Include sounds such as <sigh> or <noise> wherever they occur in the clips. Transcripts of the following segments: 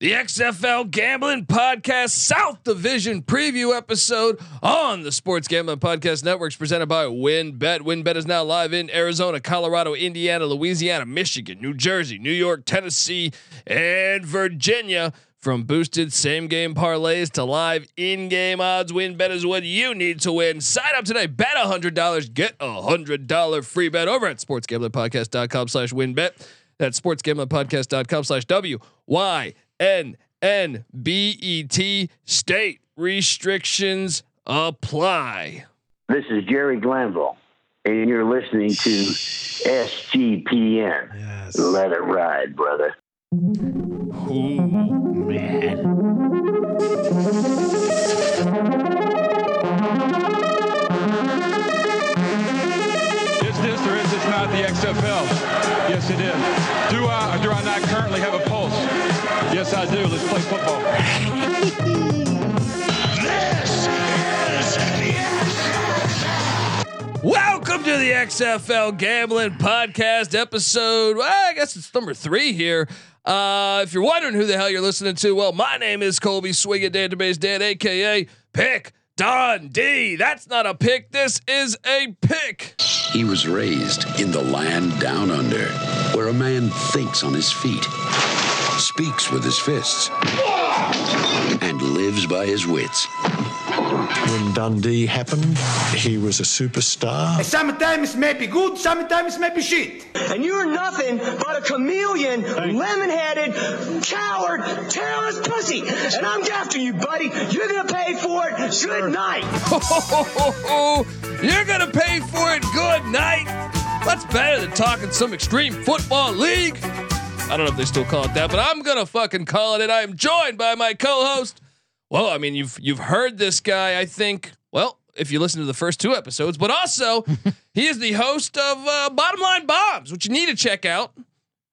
the XFL Gambling Podcast South Division preview episode on the Sports Gambling Podcast Networks presented by WinBet. WinBet is now live in Arizona, Colorado, Indiana, Louisiana, Michigan, New Jersey, New York, Tennessee, and Virginia. From boosted same game parlays to live in game odds, WinBet is what you need to win. Sign up today, bet $100, get a $100 free bet over at sportsgamblingpodcast.com slash winbet. That's sportsgamblingpodcast.com slash W Y N N B E T. State restrictions apply. This is Jerry Glanville, and you're listening to SGPN. Yes. Let it ride, brother. Ooh. Man. Is this or is this not the XFL? Yes, it is. Do I or do I not currently have a pulse? Yes, I do. Let's play football. Welcome to the XFL Gambling Podcast episode. well, I guess it's number three here. Uh, if you're wondering who the hell you're listening to, well, my name is Colby Swig at Database Dan, aka Pick Don D. That's not a pick. This is a pick. He was raised in the land down under, where a man thinks on his feet, speaks with his fists, and lives by his wits. When Dundee happened, he was a superstar. Sometimes it may be good, sometimes it may be shit. and you're nothing but a chameleon, lemon-headed, coward, terrorist pussy. And I'm after you, buddy. You're gonna pay for it. Good night. You're gonna pay for it. Good night. That's better than talking some extreme football league. I don't know if they still call it that, but I'm gonna fucking call it. And I am joined by my co-host. Well, I mean, you've you've heard this guy. I think. Well, if you listen to the first two episodes, but <laughs> also he is the host of uh, Bottom Line Bombs, which you need to check out.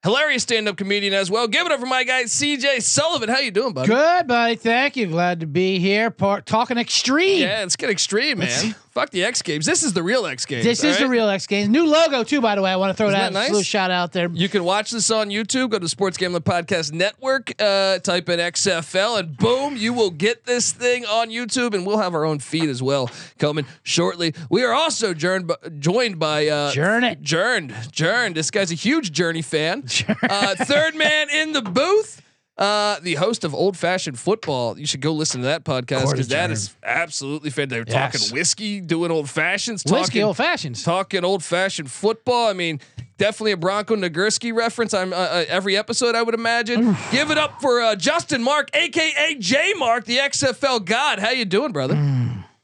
Hilarious stand-up comedian as well. Give it up for my guy CJ Sullivan. How you doing, buddy? Good, buddy. Thank you. Glad to be here. Part talking extreme. Yeah, let's get extreme, man. Fuck the X Games. This is the real X Games. This is all the right? real X Games. New logo too, by the way. I want to throw Isn't it that out. nice? Nice? little shout out there. You can watch this on YouTube. Go to Sports Gambling Podcast Network, uh, type in XFL, and boom, you will get this thing on YouTube. And we'll have our own feed as well coming shortly. We are also joined by, joined by uh, Jern it. Jerned, Jerned. This guy's a huge Journey <laughs> fan. Uh, third man in the booth. Uh, the host of Old Fashioned Football. You should go listen to that podcast because that is absolutely fantastic. They're Yes. talking whiskey, doing old fashions, Whiskey talking old fashions. talking old fashioned football. I mean, definitely a Bronco Nagurski reference. I'm uh, uh, every episode, I would imagine. Give it up for uh, Justin Mark, aka J Mark, the XFL God. How you doing, brother?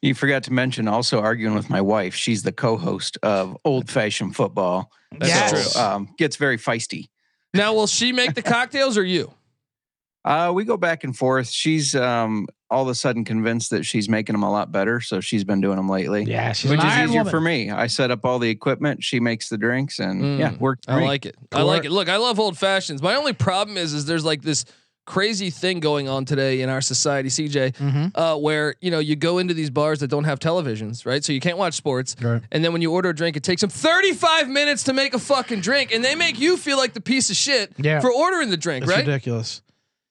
You forgot to mention also arguing with my wife. She's the co-host of Old Fashioned Football. That's Yes. So, um, gets very feisty. Now, will she make the cocktails or you? Uh, we go back and forth. She's um, all of a sudden convinced that she's making them a lot better, so she's been doing them lately, Yeah, she's which an is iron easier woman. for me. I set up all the equipment. She makes the drinks, and yeah, Mm, Oh, worked. for I me. like it. I Cool. like it. Look, I love old fashions. My only problem is, is there's like this crazy thing going on today in our society, CJ, Mhm. uh, where you know you go into these bars that don't have televisions, right? So you can't watch sports. Right. And then when you order a drink, it takes them 35 minutes to make a fucking drink, and they make you feel like the piece of shit Yeah. for ordering the drink, It's right? ridiculous.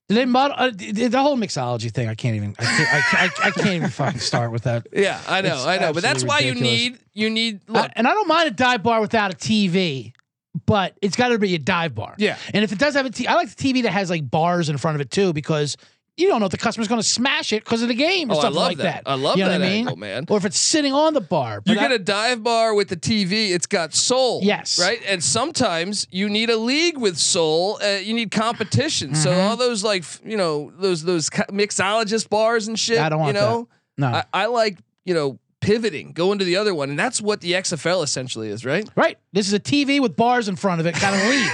Do They model, uh, d- d- the whole mixology thing. I can't even. I can't, I, can't- I can't even fucking start with that. Yeah, I know, It's I know. But that's absolutely why ridiculous. you need you need I- look. and I don't mind a dive bar without a TV, but it's got to be a dive bar. Yeah. And if it does have a TV, I like the TV that has like bars in front of it too, because you don't know if the customer's going to smash it because of the game or Oh, I something love like that. that. I love you know that what I mean? angle, man. Or if it's sitting on the bar. You But get I- a dive bar with the TV. It's got soul. Yes. Right. And sometimes you need a league with soul. Uh, you need competition. So Mm-hmm. all those like f- you know those those co- mixologist bars and shit. I don't you want know. no. I, I like you know pivoting, going to the other one, and that's what the XFL essentially is, <laughs> right? right. This is a TV with bars in front of <laughs> it, kind of league.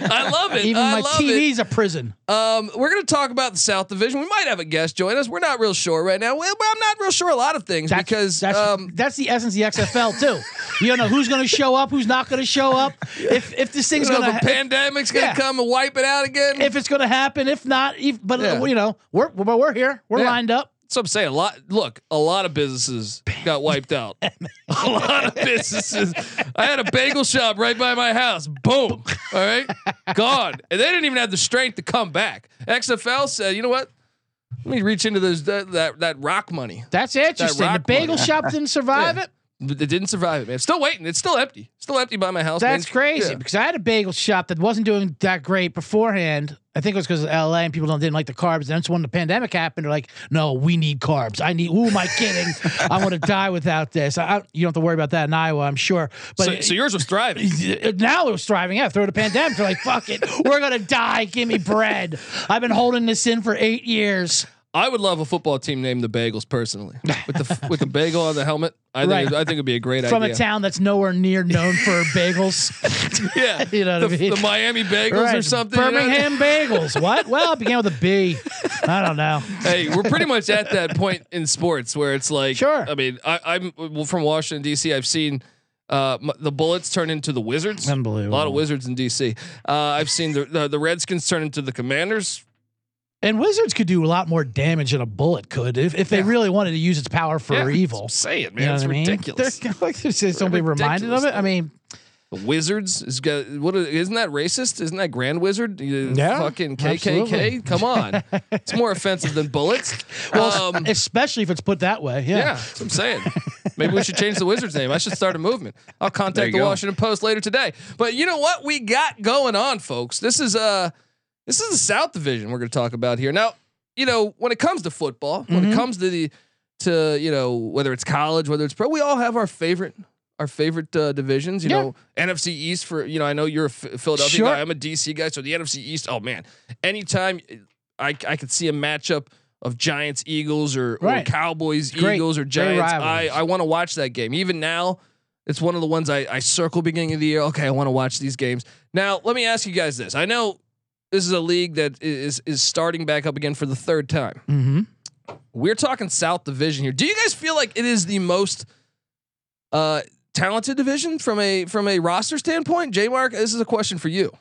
I love it. Even I my love it. TV's a prison. Um, we're going to talk about the South Division. We might have a guest join us. We're not real sure right now. Well, I'm not real sure a lot of things That's, because that's, um, that's the essence of the XFL too. You don't know who's going to show up, who's not going to <laughs> show up. If if this thing's you know, going to the pandemic's going to Yeah. come and wipe it out again. if it's going to happen. If not, if, but uh, Yeah. you know, we're but we're here. We're Yeah. lined up. So I'm saying a lot. Look, a lot of businesses got wiped out. <laughs> a lot of businesses. I had a bagel shop right by my house. Boom. All right, gone. And they didn't even have the strength to come back. XFL said, you know what? Let me reach into those that that, that rock money. That's interesting. The rock bagel one. shop didn't <laughs> survive Yeah. it. But It didn't survive it, man. Still waiting. It's still empty. Still empty by my house. man. That's crazy Yeah. because I had a bagel shop that wasn't doing that great beforehand. I think it was because of LA and people don't, didn't like the carbs. Then it's when the pandemic happened, they're like, "No, we need carbs. I need. Who am I kidding? <laughs> I want to die without this. I, I- you don't have to worry about that in Iowa, I'm sure. But so, so yours was thriving. now it was thriving out through the pandemic. They're like, "Fuck it, we're gonna die. Give me bread. I've been holding this in for eight years." I would love a football team named the Bagels personally, with the f- with the bagel on the helmet. I think Right. I think it'd be a great From idea. a town that's nowhere near known <laughs> for bagels, yeah, <laughs> you know what the, I mean? the Miami Bagels or Right, something. you know? Birmingham <laughs> bagels. What? Well, it began with a B. I don't know. hey, we're pretty much at that point in sports where it's like, Sure. I mean, I, I'm well, from Washington D.C. I've seen uh, m- the Bullets turn into the Wizards. A Unbelievable. lot of Wizards in D.C. Uh, I've seen the, the the Redskins turn into the Commanders. And wizards could do a lot more damage than a bullet could if, if they really wanted to use its power for Yeah, evil. Say it, man. You know it's what I mean? <laughs> ridiculous. They're- like, they just don't be reminded of it. I mean, The Wizards is got what? Is, isn't that racist? Isn't that Grand Wizard? You Yeah, fucking KKK. absolutely. Come on, it's more offensive than bullets. <laughs> well, um, especially if it's put that way. Yeah. yeah, that's what I'm saying. Maybe we should change the Wizards name. I should start a movement. I'll There contact you the go. Washington Post later today. But you know what we got going on, folks? This is uh this is the South Division we're going to talk about here. Now, you know, when it comes to football, when Mm-hmm. it comes to the to you know whether it's college, whether it's pro, we all have our favorite our favorite uh, divisions. You Yeah. know, NFC East for you know I know you're a Ph- Philadelphia Sure. guy. I'm a DC guy, so the NFC East. Oh man, anytime I I could see a matchup of Giants Eagles or, or Right. Cowboys Great. Eagles or Great Giants. I rivalries. I want to watch that game even now. It's one of the ones I, I circle beginning of the year. Okay, I want to watch these games. Now, let me ask you guys this. I know this is a league that i- is is starting back up again for the third time. Mm-hmm. We're talking South Division here. Do you guys feel like it is the most uh, talented division from a from a roster standpoint? J Mark, this is a question for you.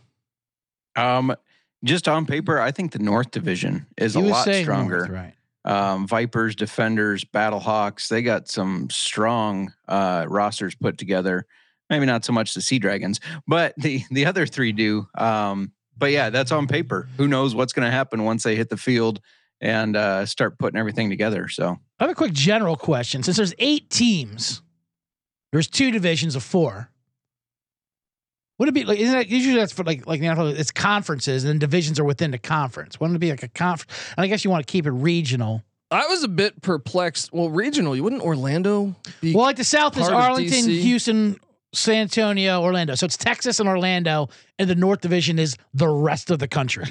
Um, just on paper, I think the North Division is a lot stronger. right. um, Vipers, Defenders, Battlehawks. They got some strong uh, rosters put together. Maybe not so much the Sea Dragons, but the the other three do. Um, but yeah, that's on paper. Who knows what's going to happen once they hit the field and uh, start putting everything together? So I have a quick general question. Since there's eight teams, there's two divisions of four. Would it be like? Isn't that usually that's for like like the NFL? It's conferences and then divisions are within the conference. Wouldn't it be like a conference? And I guess you want to keep it regional. I was a bit perplexed. Well, regional, you wouldn't Orlando be Well, like the South is part of Arlington, DC. Houston, San Antonio, Orlando. So it's Texas and Orlando, and the North Division is the rest of the country,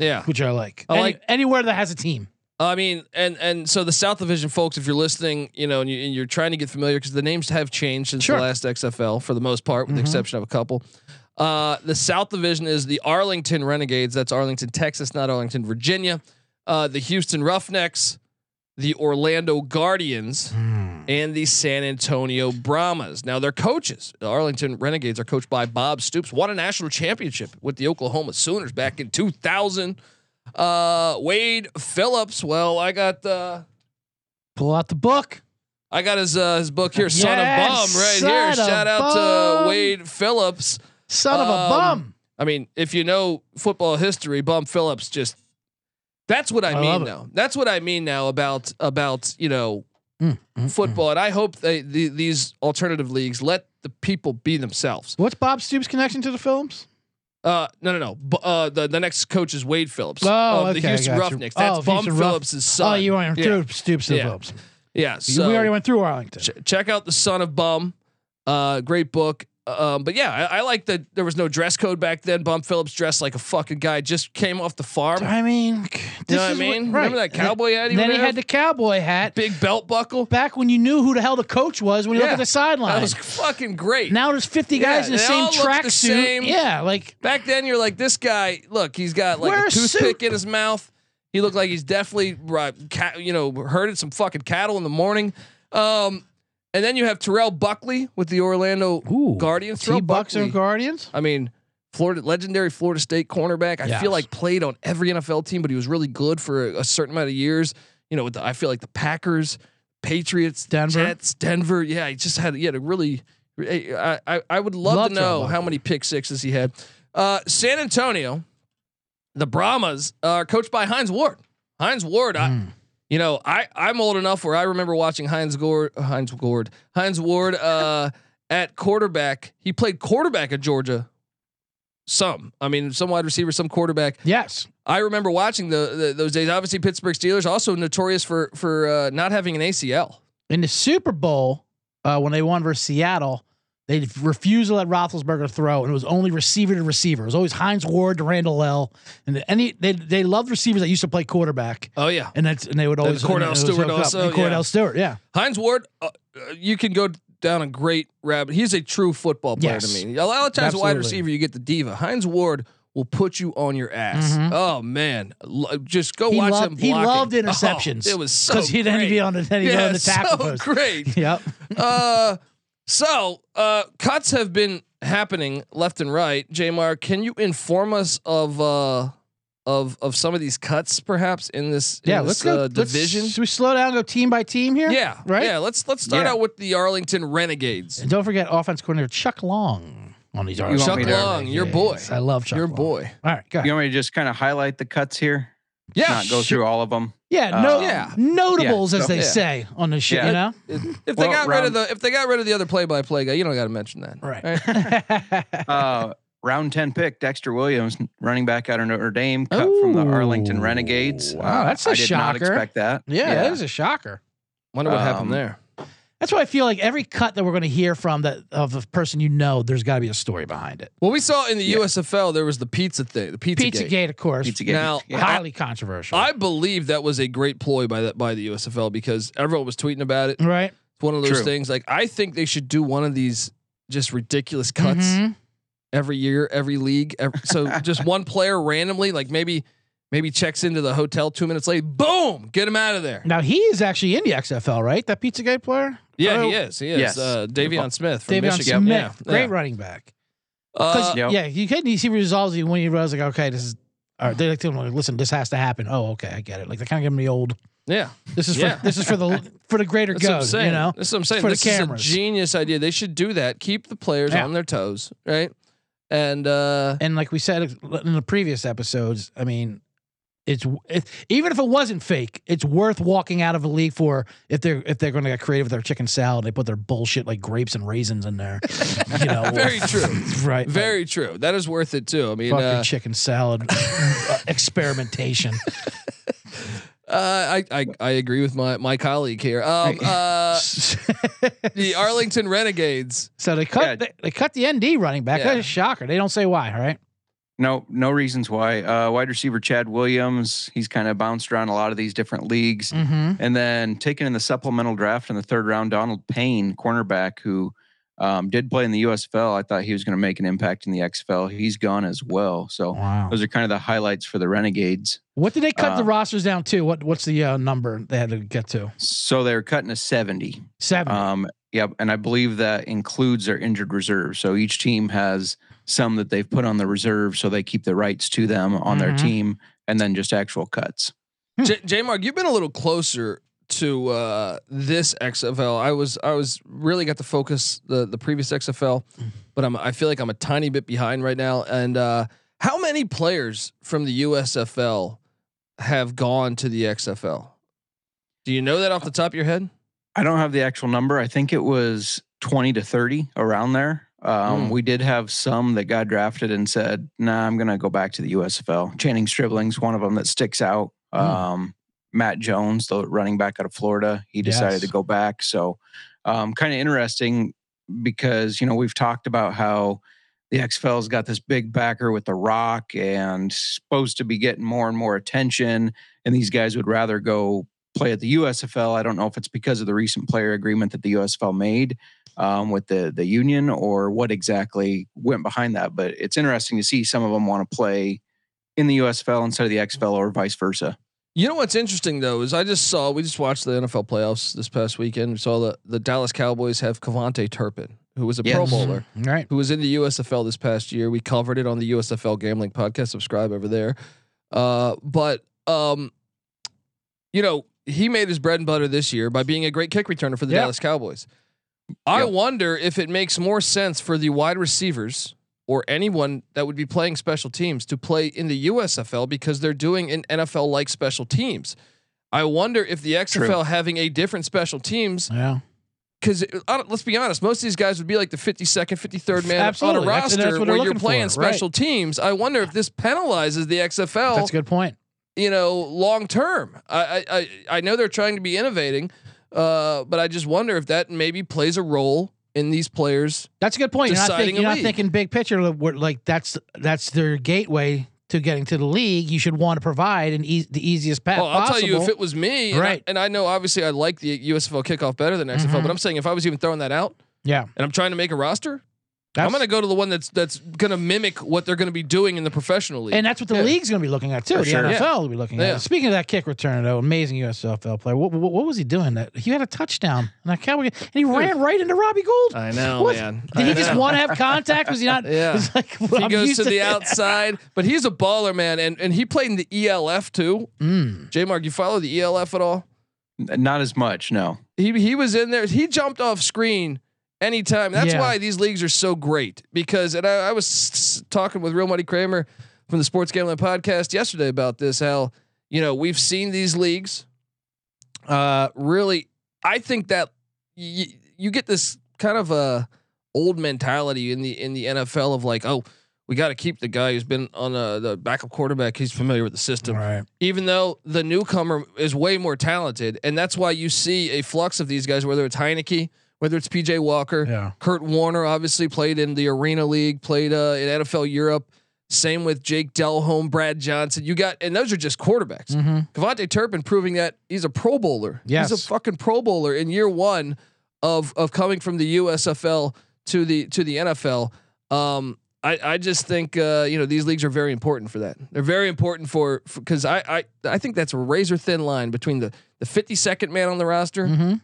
yeah. <laughs> which I like. Hmm. I Any- like- anywhere that has a team. I mean, and and so the South Division folks, if you're listening, you know, and, you, and you're trying to get familiar because the names have changed since Sure. the last XFL for the most part, with the Mhm. exception of a couple. Uh, the South Division is the Arlington Renegades. That's Arlington, Texas, not Arlington, Virginia. Uh, the Houston Roughnecks, the Orlando Guardians, and the San Antonio Brahmas. Now, their coaches, the Arlington Renegades, are coached by Bob Stoops. Won a national championship with the Oklahoma Sooners back in 2000. Uh, Wade Phillips. Well, I got uh, Pull out the book. I got his uh, his book here, Son Yes, of Bum, right Son here. of Shout out to Bum. Wade Phillips. Son of a Um, bum. I mean, if you know football history, Bum Phillips just that's what I, I mean love it. now. That's what I mean now about about, you know, Mm, mm, football. And I hope they the, these alternative leagues let the people be themselves. What's Bob Stoops' connection to the films? Uh, no, no, no. Bu- uh, the the next coach is Wade Phillips Oh, of the okay, Houston gotcha. Roughnecks. That's Oh, Bum Houston Rough- Phillips' son. Oh, you went yeah. through Stoops to Yeah. the films. Yeah, You- so we already went through Arlington. ch- check out the Son of Bum. Uh, great book. Um, but yeah, I, I like that there was no dress code back then. Bum Phillips dressed like a fucking guy, just came off the farm. I mean, You know this what I is mean? right. Remember that cowboy hat he Then would he have? had the cowboy hat. Big belt buckle. Back when you knew who the hell the coach was when you Yeah. look at the sideline. That was fucking great. Now there's 50 Yeah, guys in the they same all look the same. tracksuit. Yeah, like back then, you're like this guy. Look, he's got like Wear a a suit. toothpick in his mouth. He looked like he's definitely right, ca- you know herded some fucking cattle in the morning. Um, and then you have Terrell Buckley with the Orlando ooh, Guardians. T Terrell Bucks Buckley. or Guardians. I mean, Florida legendary Florida State cornerback. I Yes. feel like played on every NFL team, but he was really good for a, a certain amount of years. you know, with the, I feel like the Packers, Patriots, Denver. Jets, Denver. Yeah, he just had he had a really. I I, I would love, Love to to have know loved how him. many pick sixes he had. Uh, San Antonio, the Brahmas are coached by Heinz Ward. Heinz Ward, I, you know, I I'm old enough where I remember watching Heinz Gord, Heinz Gord, Heinz Ward <laughs> uh, at quarterback. He played quarterback at Georgia. Some, I mean, some wide receiver, some quarterback. Yes. I remember watching the, the those days. Obviously, Pittsburgh Steelers also notorious for for uh, not having an ACL. In the Super Bowl, uh, when they won versus Seattle, they f- refused to let Roethlisberger throw, and it was only receiver to receiver. It was always Heinz Ward to Randall L. And any they they loved receivers that used to play quarterback, Oh yeah, and that's and they would always Cordell and it was Stewart hooked up. also, And Cordell yeah. Stewart, yeah, <laughs> Heinz Ward, uh, uh, you can go down a great rabbit. He's a true football player Yes. to me. A lot of times, wide Absolutely. receiver, you get the diva. Heinz Ward will put you on your ass. Oh man, Lo- just go Mm-hmm. He watch loved- him. he blocking. loved Oh, interceptions. it was so 'Cause he'd then great. be on the- then he'd yeah, go on the tackle so post. great. <laughs> yep. Uh, so uh, cuts have been happening left and right. Jamar, can you inform us of uh, of of some of these cuts, perhaps in this in Yeah, this, let's go. uh, let's- division? should we slow down and go team by team here? yeah, Right? Yeah, let's let's start Yeah. out with the Arlington Renegades. And don't forget offense coordinator Chuck Long on these want articles. Chuck me to- Long, your boy, I love Chuck your Long. boy. All right, go ahead. You want me to just kind of highlight the cuts here? Yeah, Not go sure. through all of them. Yeah, no, Um, Yeah. notables yeah, as they yeah. say on this shit, Yeah. you know? If they Well, got rid of round- the if they got rid of the other play by play guy, you don't got to mention that. Right. <laughs> Uh, round 10 pick, Dexter Williams, running back out of Notre Dame, cut from the Arlington Ooh, Renegades. wow, that's a a I did not shocker. expect that. yeah, that is a shocker. Wonder what happened Um, there. That's why I feel like every cut that we're going to hear from that of a person you know, there's got to be a story behind it. Well, we saw in the yeah. USFL there was the pizza thing, the pizza, Pizza gate. Gate, of course, Pizzagate. Now, Yeah. highly controversial. I believe that was a great ploy by that by the USFL because everyone was tweeting about it. It's right? one of those True. things. Like I think they should do one of these just ridiculous cuts Mhm. every year, every league. ev- so just one player randomly, like maybe maybe checks into the hotel two minutes late. Boom, get him out of there. Now he is actually in the XFL, right? That Pizza Gate player, Yeah, Oh, he is. He is. Yes. Uh, Davion Smith from Davion Michigan. Smith, Yeah, great yeah. running back. 'Cause, Uh, Yep. yeah, you couldn't you see results you- when you realize like, okay, this is. All right, they like to like, listen. This has to happen. Oh, okay, I get it. Like they kind of give them the old. yeah. This is Yeah. for this is for the for the greater That's good. what I'm saying. You know, That's what I'm saying. for the this is a cameras. genius idea. They should do that. Keep the players Yeah. on their toes, right? And uh, and like we said in the previous episodes, I mean, it's it, even if it wasn't fake, it's worth walking out of a league for if they're if they're going to get creative with their chicken salad. They put their bullshit like grapes and raisins in there, you know. <laughs> Very true. <laughs> right? very true. That is worth it too. I mean, Fucking uh, chicken salad uh, experimentation. uh, I, I I agree with my my colleague here. Um, <laughs> uh, the Arlington Renegades. <laughs> so they cut Yeah. they, they cut the ND running back. Yeah. That's a shocker. They don't say why, right? No, no reasons why. Uh, wide receiver Chad Williams, he's kind of bounced around a lot of these different leagues. Mm-hmm. And then taken in the supplemental draft in the third round, Donald Payne, cornerback, who um, did play in the USFL. I thought he was going to make an impact in the XFL. He's gone as well. So Wow. those are kind of the highlights for the Renegades. What did they cut the Uh, rosters down to? What what's the uh, number they had to get to? So they're cutting a 70. Seven. Um, yep. And I believe that includes their injured reserve. So each team has some that they've put on the reserve so they keep the rights to them on their Mhm. team and then just actual cuts. J, J Mark, you've been a little closer to uh, this XFL. I was I was really got to focus the the previous XFL, but I'm I feel like I'm a tiny bit behind right now. And uh, how many players from the USFL have gone to the XFL? Do you know that off the top of your head? I don't have the actual number. I think it was 20 to 30 around there. Um, Hmm. We did have some that got drafted and said, nah, I'm going to go back to the USFL. Channing Stribling's one of them that sticks out. Hmm. Um, Matt Jones, the running back out of Florida, he decided to Yes. go back. So um, kind of interesting because, you know, we've talked about how the XFL's got this big backer with The Rock and supposed to be getting more and more attention. And these guys would rather go play at the USFL. I don't know if it's because of the recent player agreement that the USFL made um, with the the union or what exactly went behind that. But it's interesting to see some of them want to play in the USFL instead of the XFL or vice versa. You know what's interesting though is I just saw we just watched the NFL playoffs this past weekend. We saw the the Dallas Cowboys have Cavante Turpin, who was a Pro Yes. Bowler. right. who was in the USFL this past year. We covered it on the USFL Gambling Podcast. Subscribe over there. Uh, but um, you know, he made his bread and butter this year by being a great kick returner for the Yeah. Dallas Cowboys. I Yep. wonder if it makes more sense for the wide receivers or anyone that would be playing special teams to play in the USFL because they're doing an NFL like special teams. I wonder if the XFL having a different special teams Yeah, because uh, let's be honest, most of these guys would be like the 52nd, 53rd man Absolutely. on a That's- that's roster what they're where you're looking for, playing right. special teams. I wonder if this penalizes the XFL that's a good point. you know, long term. I, I I I know they're trying to be innovating, uh, but I just wonder if that maybe plays a role in these players. That's a good point. You're not, Deciding think, a you're not league. thinking big picture. like, we're- Like that's that's their gateway to getting to the league. You should want to provide an eas the easiest path Well, I'll possible. tell you if it was me, and I- Right. Mm-hmm. and I know obviously I like the USFL kickoff better than XFL, but I'm saying if I was even throwing that out yeah, and I'm trying to make a roster, that's, I'm going to go to the one that's that's going to mimic what they're going to be doing in the professional league. and that's what the Yeah. league's going to be looking at too. For the sure. NFL Yeah. will be looking Yeah. at. Speaking of that kick return, though, amazing USFL player. What, what, what was he doing? That he had a touchdown and I can't. And he ran right into Robbie Gould. I know, What? man. Did I he just know. want to have contact? <laughs> Was he <laughs> not? Yeah. It's like He I'm goes used to <laughs> the outside, but he's a baller, man, and and he played in the ELF too. Mm. J Mark, you follow the ELF at all? Not as much, no. he he was in there. He jumped off screen anytime. That's Yeah. why these leagues are so great because and I, I was s- s- talking with Real Money Kramer from the Sports Gambling Podcast yesterday about this. How you know we've seen these leagues. Uh, really, I think that y- you get this kind of a old mentality in the in the NFL of like, oh, we got to keep the guy who's been on uh, the backup quarterback. He's familiar with the system Right. even though the newcomer is way more talented. And that's why you see a flux of these guys, whether it's Heineke, whether it's PJ Walker, Yeah. Kurt Warner, obviously played in the Arena League, played uh, in NFL Europe. Same with Jake Delhomme, Brad Johnson. You got, and those are just quarterbacks. Mm-hmm. Cavante Turpin proving that he's a Pro Bowler. he's Yes. a fucking Pro Bowler in year one of of coming from the USFL to the to the NFL. Um, I I just think uh, you know these leagues are very important for that. They're very important for because I I I think that's a razor thin line between the the 52nd man on the roster Mm-hmm.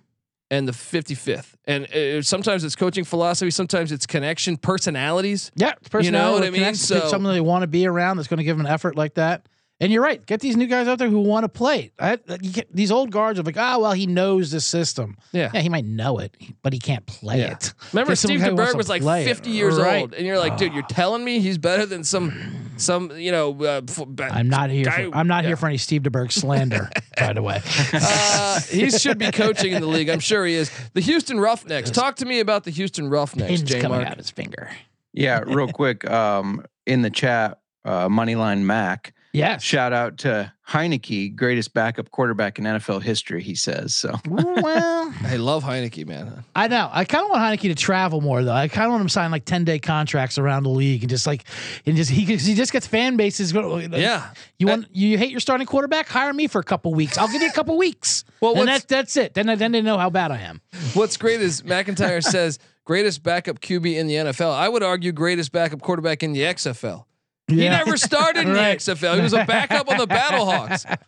and the 55th. And uh, sometimes it's coaching philosophy, sometimes it's connection, personalities. Yeah, it's personality. You know what I that mean? connects to So- someone they want to be around that's going to give them an effort like that. And you're right. Get these new guys out there who want to play. I, you get, these old guards are like, ah, well, he knows the system. Yeah, he might know it, but he can't play Yeah. it. <laughs> Remember Get someone Steve who wants DeBerg to was like play it. 50 years Right. old, and you're like, dude, you're telling me he's better than some, some, you know, uh, f- ba- I'm not here. guy- For, I'm not yeah. here for <laughs> any Steve DeBerg slander, by the way. <laughs> <laughs> Uh, he should be coaching in the league. I'm sure he is. The Houston Roughnecks. Talk to me about the Houston Roughnecks, Pins J coming Mark. out his finger. <laughs> Yeah, real quick, um, in the chat, uh, Moneyline Mac, Yes. shout out to Heineke, greatest backup quarterback in NFL history, he says. So well, I love Heineke, man. I know. I kind of want Heineke to travel more though. I kind of want him to sign like ten day contracts around the league and just like and just he 'cause he just gets fan bases. going, like, Yeah. You want you hate your starting quarterback? Hire me for a couple weeks. I'll give you a couple weeks. <laughs> Well, Well, and what's- that's that's it. Then then they know how bad I am. What's great is <laughs> McIntyre says greatest backup QB in the NFL. I would argue greatest backup quarterback in the XFL. He never started in the Right. XFL. He was a backup on the <laughs> Battlehawks.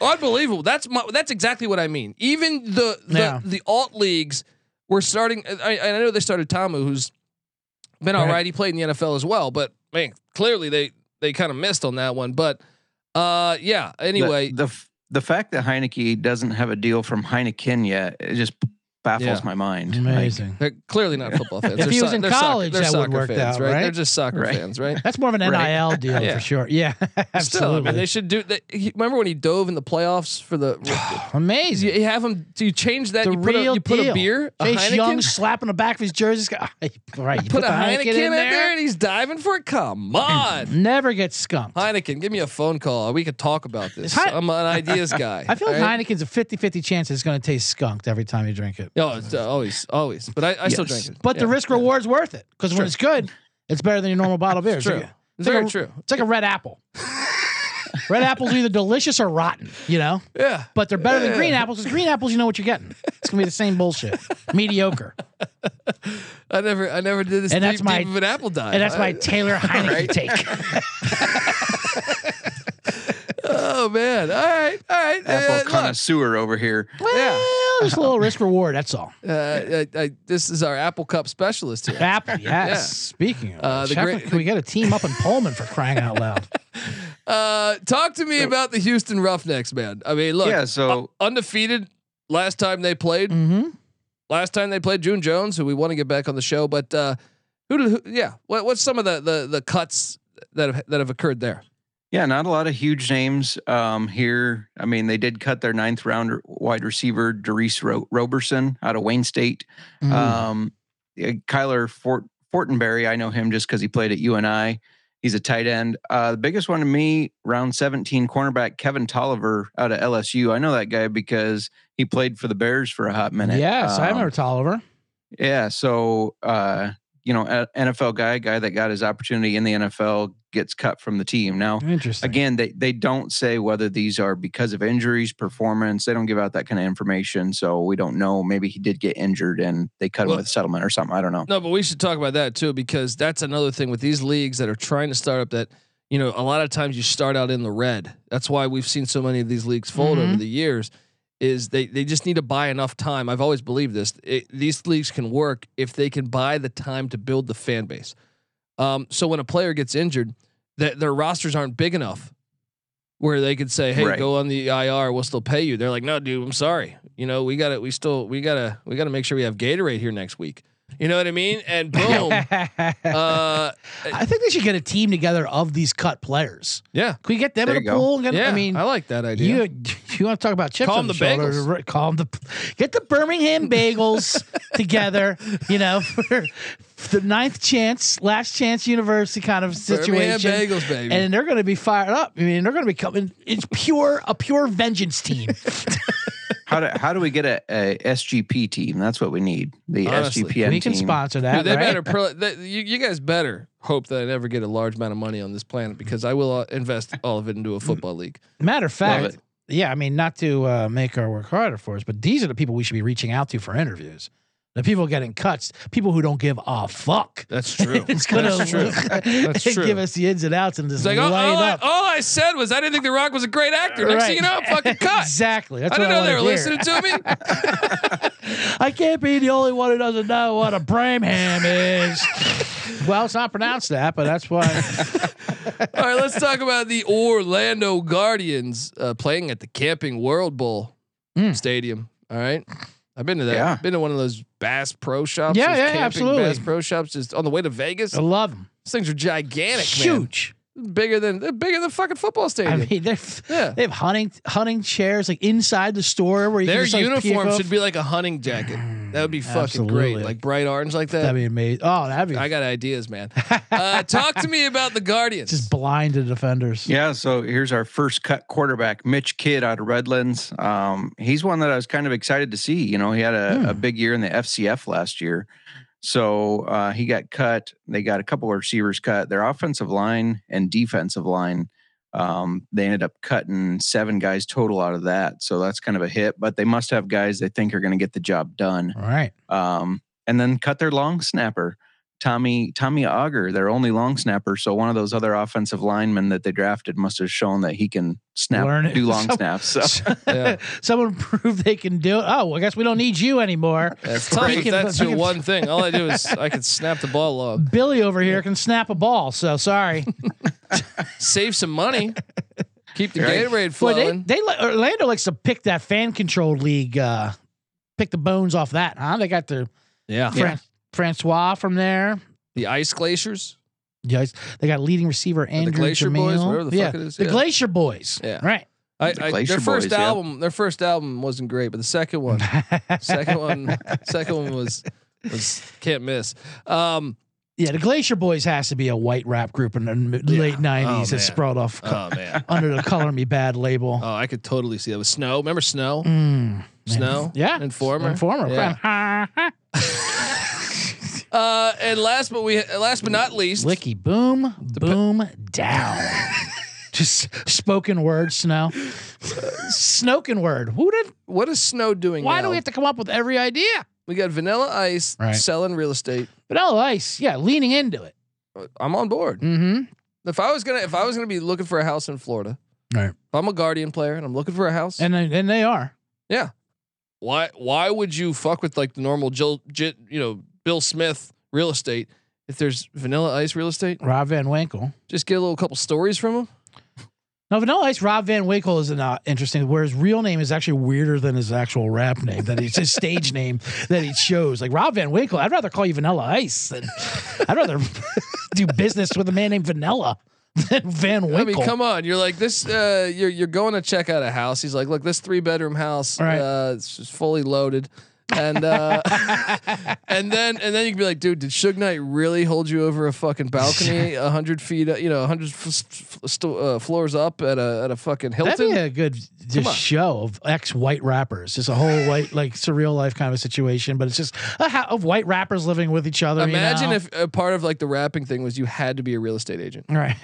Unbelievable. That's my, that's exactly what I mean. Even the the, Yeah. the alt leagues were starting. I, I know they started Tamu, who's been all Right. right. He played in the NFL as well, but man, clearly they they kind of missed on that one. But uh, yeah. the- Anyway, the f- the fact that Heineke doesn't have a deal from Heineken yet, it just baffles Yeah. my mind. Like, <laughs> Amazing. they're clearly <laughs> not football fans. If they're he was soc- in they're soccer- college, they're that would soccer work fans, out, right? right? They're just soccer Right. fans, right? that's more of an nil <laughs> Right. deal Yeah. for sure. Yeah, <laughs> Still, I absolutely. mean, they should do. They, he, remember when he dove in the playoffs for <sighs> the Amazing. You you have him. Do you change that? the you put real a, you put deal. a beer, a Chase Heineken, Young slapping the back of his jersey. <laughs> Right. You put, a the Heineken, in there? and he's diving for it. <laughs> Come on, Never gets skunked. Heineken, give me a phone call. We could talk about this. Is Heine- I'm an ideas guy. I feel like all right? Heineken's a 50-50 chance it's going to taste skunked every time you drink it. No, it's, uh, always, always. But I, I still Yes. drink it. But the Yeah, risk yeah. reward's worth it because when it's good, it's better than your normal bottle of beer. True. like a- It's very like a- true. It's like a <laughs> red apple. red apples are either delicious or rotten, you know. Yeah. But they're better than green apples because green apples, you know what you're getting. It's gonna be the same bullshit, mediocre. I never, I never did this. And deep, that's my- deep of an apple dive. And that's I- <laughs> my Taylor Heineken take. Oh man. All right. All right. Apple Uh, look, connoisseur over here. Yeah. Well, just a little risk reward. That's all. Uh, I, I, this is our apple cup specialist here. Apple, yes. Speaking of, Uh, which, the how great- can we got a team up in Pullman for crying out loud? Uh, talk to me about the Houston Roughnecks, man. I mean, look, yeah. So Mm. uh, undefeated last time they played. <laughs> Mm-hmm. Last time they played June Jones, who we want to get back on the show, but uh, who, do, who yeah, what, what's some of the, the the cuts that have that have occurred there? yeah, not a lot of huge names um, here. I mean, they did cut their ninth round wide receiver Darius Ro- Roberson out of Wayne State. Uh, Um, yeah, Kyler Fort, Fortenberry, I know him just because he played at UNI. He's a tight end. Uh, the biggest one to me, round 17 cornerback Kevin Tolliver out of LSU. I know that guy because he played for the Bears for a hot minute. yes, I Um, remember Tolliver. yeah. So, uh, you know, a- NFL guy, guy that got his opportunity in the NFL gets cut from the team. Now, Interesting. <laughs> oh, again, they, they don't say whether these are because of injuries, performance. They don't give out that kind of information. So we don't know. Maybe he did get injured and they cut Well- him with settlement or something. I don't know. No, but we should talk about that too because that's another thing with these leagues that are trying to start up. That you know, a lot of times you start out in the red. That's why we've seen so many of these leagues fold over Mhm. the years. Is they they just need to buy enough time. I've always believed this. It, these leagues can work if they can buy the time to build the fan base. Um, so when a player gets injured, that their rosters aren't big enough where they could say, "Hey, Right. go on the IR. We'll still pay you." They're like, "No, dude, I'm sorry. You know, we got to, we still, we gotta, we gotta make sure we have Gatorade here next week." You know what I mean? <laughs> And boom, uh, I think they should get a team together of these cut players. yeah, Can we get them There in you a go. pool? and get- yeah. I mean, I like that idea. you you want to talk about chips? Call on them the shoulder, bagels. r- Call them the get the Birmingham <laughs> bagels together. You know, for the ninth chance, last chance university kind of Birmingham situation. bagels, baby. And they're going to be fired up. I mean, they're going to be coming. It's pure a pure vengeance team. How do, how do we get a, a SGP team? That's what we need. The Honestly, SGPN we can team. sponsor that. Dude, they right? <laughs> better. Pro- they, you, you guys better hope that I never get a large amount of money on this planet because I will uh, invest all of it into a football league. Matter of Love fact, yeah, I mean, not to uh, make our work harder for us, but these are the people we should be reaching out to for interviews. The people getting cuts, people who don't give a fuck. That's true. <laughs> It's gonna That's true. That's true. <laughs> give us the ins and outs and just It's like oh, all, light all I, up. all I said was I didn't think The Rock was a great actor. Next thing you know, I'm <laughs> fucking cut. Exactly. That's I didn't what know they were wanna hear. listening to <laughs> me. I can't be the only one who doesn't know what a Bramham is. <laughs> well, it's not pronounced that, but that's why. All right, let's talk about the Orlando Guardians uh, playing at the Camping World Bowl Mm. Stadium. All right, I've been to that. Yeah. Been to one of those Bass Pro shops. Yeah, those yeah, camping absolutely. Bass Pro shops just on the way to Vegas. I These love <laughs> them. things are gigantic, man. Huge. Bigger than they're bigger than fucking football I stadium. mean, they're, Yeah. they have hunting hunting chairs like inside the store where you Their can just, like, peek uniform off. should be like a hunting jacket. That would be fucking great, Mm, Absolutely. like bright orange, like that. That'd be amazing. Oh, that'd be I got ideas, <laughs> man. Uh, talk to me about the Guardians. just blind to defenders. Yeah, so here's our first cut quarterback, Mitch Kidd out of Redlands. Um, he's one that I was kind of excited to see. You know, he had a, Hmm, a big year in the FCF last year. So uh, he got cut. They got a couple of receivers cut. Their offensive line and defensive line, um, they ended up cutting seven guys total out of that. So that's kind of a hit, but they must have guys they think are going to get the job done All right. um, and then cut their long snapper. Tommy Tommy Auger, their only long snapper. So one of those other offensive linemen that they drafted must have shown that he can snap, Learn it. do <laughs> long Some- snaps. So <laughs> Yeah. Someone prove they can do it. Oh, well, I guess we don't need you anymore. It's tough if Speaking of- that's your one thing. All I do is I can snap the ball off. Billy over here can snap a ball, so sorry. save some money, keep the Right. Gatorade Boy, they, flowing. they li- Orlando likes to pick that fan controlled league, uh, pick the bones off that, huh? They got their yeah. Fran- Francois from there. the ice glaciers. Yes, they got leading receiver Andrew Glacier Jamil. Boys, whatever the yeah. fuck it is, The yeah. Glacier Boys. Yeah. Right. I, The I- Glacier their first Boys, yeah. album, their first album wasn't great, but the second one, second one, second one was was can't miss. Um, <laughs> Yeah, the Glacier Boys has to be a white rap group in the m- late nineties man. that sprawled off oh man, <laughs> under the "Color Me Bad" label. oh I could totally see that with Snow. Remember Snow, Mm. Snow, Yeah. Informer, Informer. Yeah. crap. <laughs> Uh, and last but we last but not least, Licky boom, boom, down. Just spoken word, snow. Snoken word. Who did what is Snow doing? why now? do we have to come up with every idea? We got Vanilla Ice Right. selling real estate. Vanilla ice, yeah, leaning into it. I'm on board. Mm-hmm. If I was gonna, if I was gonna be looking for a house in Florida, Right. if I'm a Guardian player and I'm looking for a house, And then- and they are. why why would you fuck with like the normal Jill, J you know Bill Smith real estate if there's Vanilla Ice real estate? Rob Van Winkle. Just get a little couple stories from him. Now, Vanilla Ice Rob Van Winkle is an, uh, interesting, where his real name is actually weirder than his actual rap name, that it's his stage name that he chose. Like Rob Van Winkle, I'd rather call you Vanilla Ice than I'd rather <laughs> do business with a man named Vanilla than Van Winkle. I mean, come on. You're like this. Uh, you're you're going to check out a house. He's like, look, this three bedroom house. Right. Uh, it's just fully loaded. And uh, <laughs> and then and then you can be like, dude, did Suge Knight really hold you over a fucking balcony, <laughs> a hundred feet, uh, you know, a hundred f- f- sto- uh, floors up at a at a fucking That'd Hilton? be a good on. just show of ex white rappers, just a whole white like <laughs> surreal life kind of situation. But it's just a ha- of white rappers living with each other. you Imagine know? if a part of like the rapping thing was you had to be a real estate agent. All right.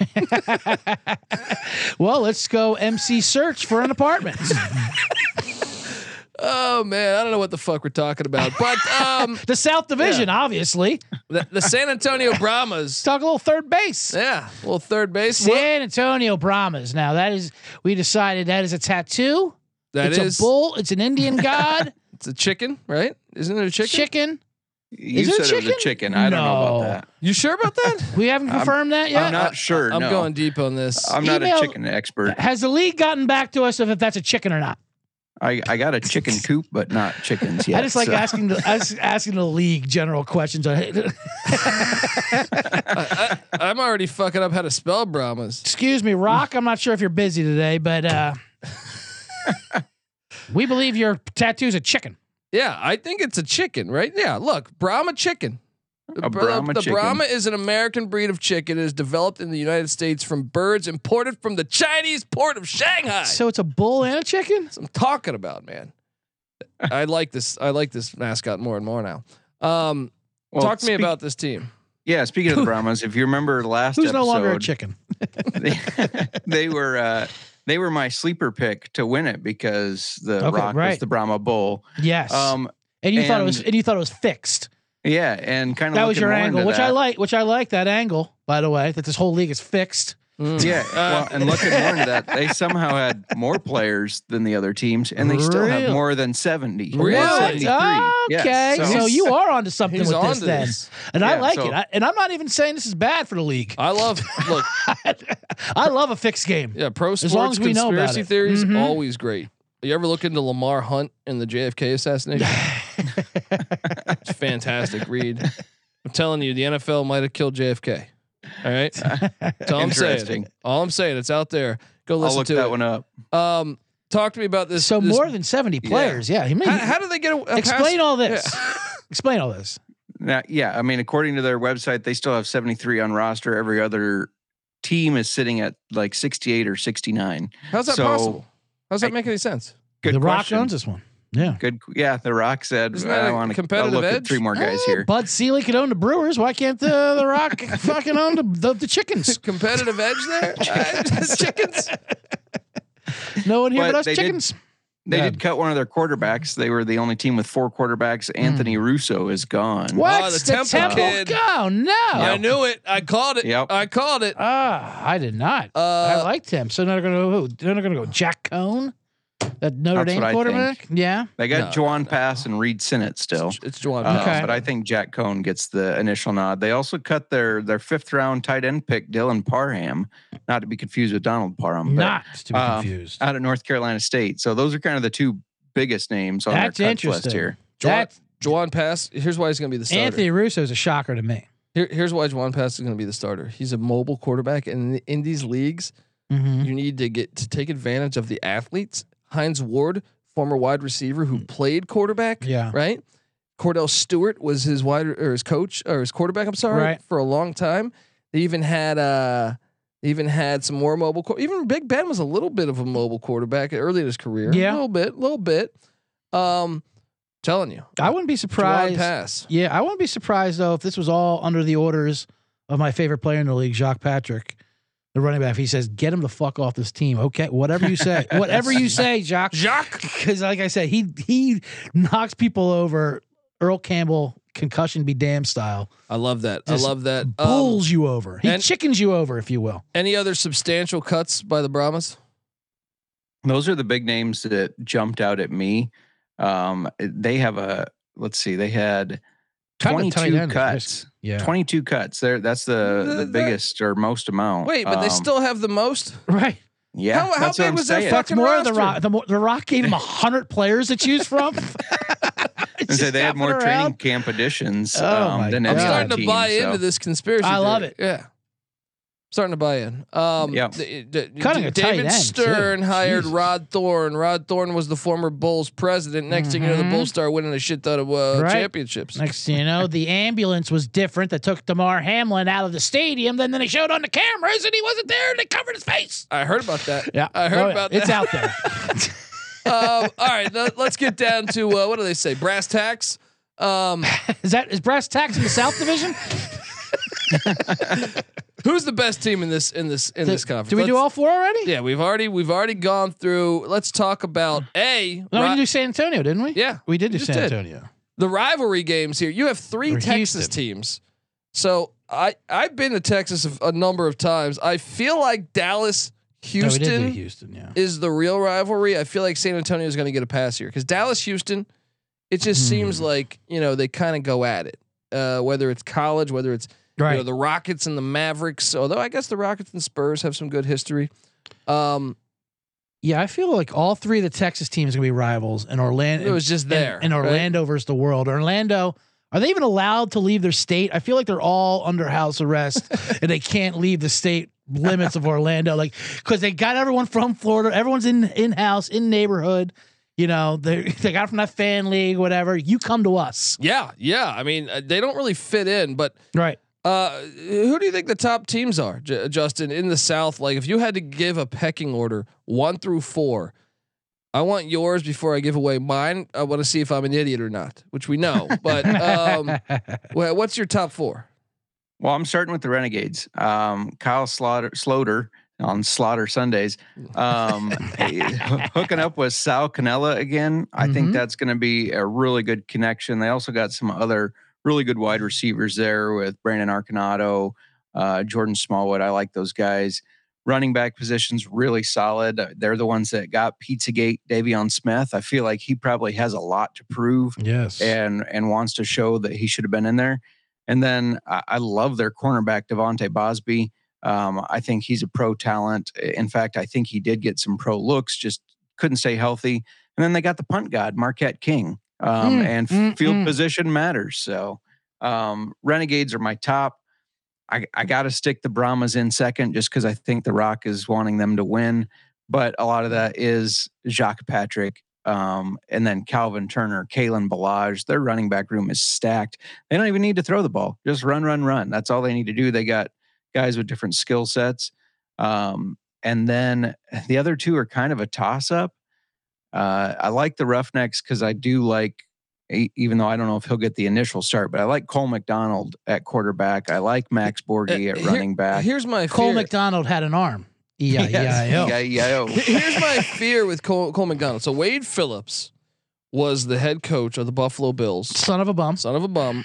<laughs> well, let's go MC search for an apartment. <laughs> Oh man, I don't know what the fuck we're talking <laughs> about, but um, the South Division, obviously. the, the San Antonio <laughs> Brahmas. Talk a little third base. Yeah, well, third base. San Antonio Brahmas. Now that is we decided that is a tattoo. That it's is a bull. It's an <laughs> Indian god. It's a chicken, right? Isn't it a chicken? chicken. You Is it a said it was a chicken? chicken. I don't know about No. that. You sure about that? We haven't confirmed that yet. I'm not sure. I'm no. going deep on this. I'm not Email- a chicken expert. Has the league gotten back to us of if that's a chicken or not? I, I got a <laughs> chicken coop, but not chickens yet. I just like so- asking the as, asking the league general questions. Uh, on- I, am already fucking up how to spell Brahmas. <laughs> Excuse me, Rock. I'm not sure if you're busy today, <laughs> but uh, we believe your tattoo's a chicken. Yeah, I think it's a chicken, right? Yeah, look, Brahma chicken. The A br- Brahma the chicken. Brahma is an American breed of chicken. It is developed in the United States from birds imported from the Chinese port of Shanghai. So it's a bull and a chicken. That's what I'm talking about, man. I like this. I like this mascot more and more now. Um, Well, talk to me speak- about this team. Yeah, speaking of the Brahmas, if you remember last Who's episode, no longer a chicken? they, they were uh, they were my sleeper pick to win it because the Okay, Rock was right. the Brahma Bull. Yes. Um, and you thought it was and- and you thought it was fixed. yeah, and kind of That was your angle, which I like. Which I like that angle. By the way, that this whole league is fixed. Yeah, well, Uh, and looking more into that, they somehow had more players than the other teams, and they still have Really? more than seventy. They have Really? 73. Okay, Yes, so, you are onto something He's with on this, to then, this. and I Yeah, like so- it. I, and I'm not even saying this is bad for the league. I love look. Oh. <laughs> I love a fixed game. Yeah, pro sports long as we know about conspiracy it. theories Mhm. always great. You ever look into Lamar Hunt and the JFK <laughs> assassination? it's a fantastic read. I'm telling you, the NFL might have killed JFK. All right, That's all I'm saying. Interesting. All I'm saying, it's out there. Go I'll listen look to that it. one up. Um, talk to me about this. So this- more than 70 players. Yeah, he made. How, how do they get a, a explain pass- all this. <laughs> Explain all this. Now, yeah, I mean, according to their website, they still have 73 on roster. Every other team is sitting at like 68 or 69. How's that So- possible? How does that I- make any sense? Good the question. Rock owns this one. Yeah. Good. Yeah, The Rock said, Isn't that I a want to competitive look edge? at three more guys Eh, here. Bud Seeley could own the Brewers. Why can't the, the Rock <laughs> fucking own the, the, the <laughs> chickens? Competitive edge <laughs> there. Uh, just chickens. No one here but, But us they did- chickens. They Yeah. did cut one of their quarterbacks. They were the only team with four quarterbacks. Anthony Russo is gone. Hmm. what? Oh, the Temple kid. Oh, no. I knew it. I called it. Yep. I called it. Ah, I did not. Uh, I liked him. So now they're going to go. who? They're going to go Jack Cohn, that Notre That's Dame what I think. quarterback. Yeah. They got No, Juwan Pass and Reed Sinnott still. It's Juwan. Uh, Oh. Okay. But I think Jack Cohn gets the initial nod. They also cut their their fifth round tight end pick, Dylan Parham, not to be confused with Donald Parham, but Not to be um, confused. out of North Carolina State. So those are kind of the two biggest names on That's their cuts list interesting. here. That, Juwan Pass. Here's why he's going to be the starter. Anthony Russo is a shocker to me. Here, here's why Juwan Pass is going to be the starter. He's a mobile quarterback, and in these leagues, Mhm. you need to get to take advantage of the athletes. Heinz Ward, former wide receiver who played quarterback, Yeah. right. Cordell Stewart was his wide or his coach or his quarterback. I'm sorry, Right. for a long time. They even had uh, they even had some more mobile. quar- Even Big Ben was a little bit of a mobile quarterback early in his career. a Yeah. little bit, a little bit. Um, telling you, I wouldn't be Juwan surprised. Pass. Yeah, I wouldn't be surprised though if this was all under the orders of my favorite player in the league, Jacques Patrick, the running back. He says, "Get him the fuck off this team." Okay, whatever <laughs> you say, whatever you say, Jacques. Jacques. Because like I said, he he knocks people over. Earl Campbell concussion be damn style I love that. Just I love that. Um, bulls you over. He and- chickens you over, if you will. Any other substantial cuts by the Brahmas? Those are the big names that jumped out at me. Um, they have a let's see, they had Kind of a tight 22 end, cuts. Yeah, 22 cuts. There, that's the, Th- the that- biggest or most amount. Wait, but they Um, still have the most. <laughs> right. Yeah, How- how that's what big I'm was that saying. fuck- That's more of the roster. rock. The, Mo- the rock gave him a hundred players to choose <laughs> from. <laughs> And so Just they had hopping more training around. camp additions Oh um, my than I'm God. any Yeah. other starting to team, buy so. into this conspiracy. I love theory. Yeah. Starting to buy in. Um, Yeah. th- th- Cutting a tight David end, too. Stern hired Jesus. Rod Thorne. Rod Thorne was the former Bulls president. Next thing you know, the Mhm. Bulls start winning a shit ton of uh, Right. championships. Next thing you know, the ambulance was different that took Damar Hamlin out of the stadium. Then, then they showed on the cameras and he wasn't there and they covered his face. I heard about that. <laughs> Yeah. I heard Oh, yeah. about It's that. <laughs> out there. <laughs> um, all right, now let's get down to uh, what do they say? Brass tacks. Um, Is that is brass tacks in the South Division? who's the best team in this in this <laughs> in this conference? Do we do Let's- all four already? Yeah, we've already we've already gone through. Let's talk about a. Mm. No, we ri- didn't do San Antonio, didn't we? Yeah, We did do you just San did. Antonio. the rivalry games here. You have three Or Texas Houston. teams. So I I've been to Texas a, a number of times. I feel like Dallas No, we did do Houston Houston, yeah. is the real rivalry. I feel like San Antonio is going to get a pass here because Dallas Houston, it just Hmm. seems like you know they kind of go at it. Uh, whether it's college, whether it's you Right. know, the Rockets and the Mavericks. Although I guess the Rockets and Spurs have some good history. Um, yeah, I feel like all three of the Texas teams are gonna be rivals and Orlando it was just there And, and right? Orlando versus the world. Orlando, are they even allowed to leave their state? I feel like they're all under <laughs> house arrest and they can't leave the state limits of Orlando. Like, cause they got everyone from Florida. Everyone's in in house, in neighborhood. You know, they <laughs> they got from that fan league, whatever. You come to us. Yeah, yeah. I mean, uh, they don't really fit in, but Right. Uh, who do you think the top teams are, J- Justin, in the South? Like, if you had to give a pecking order, one through four, I want yours before I give away mine. I want to see if I'm an idiot or not, which we know. But um, wha- what's your top four? Well, I'm starting with the Renegades. Um, Kyle Slaughter, Slaughter on Slaughter Sundays, um, hooking up with Sal Canella again. I think Mhm. that's going to be a really good connection. They also got some other really good wide receivers there with Brandon Arcanado, uh, Jordan Smallwood. I like those guys. Running back positions really solid. They're the ones that got Pizzagate, Davion Smith. I feel like he probably has a lot to prove Yes. and and wants to show that he should have been in there. And then I, I love their cornerback Devonte Bosby. Um, I think he's a pro talent. In fact, I think he did get some pro looks, just couldn't stay healthy. And then they got the punt god Marquette King, um, Mm, and mm, field mm. position matters. So um, Renegades are my top. I, I got to stick the Brahmas in second just because I think The Rock is wanting them to win. But a lot of that is Jacques Patrick um, and then Calvin Turner, Kalen Balaj. Their running back room is stacked. They don't even need to throw the ball. Just run, run, run. That's all they need to do. They got guys with different skill sets. Um, and then the other two are kind of a toss up. Uh, I like the Roughnecks because I do like, e- even though I don't know if he'll get the initial start, but I like Cole McDonald at quarterback. I like Max Borgi at here- running back. Uh, Here's my Cole fear. McDonald had an arm. E <laughs> Yeah, yeah, Yes, yeah. EIO. Here's my fear with Cole, Cole McDonald. So Wade Phillips was the head coach of the Buffalo Bills. Son of a bum. son of a bum.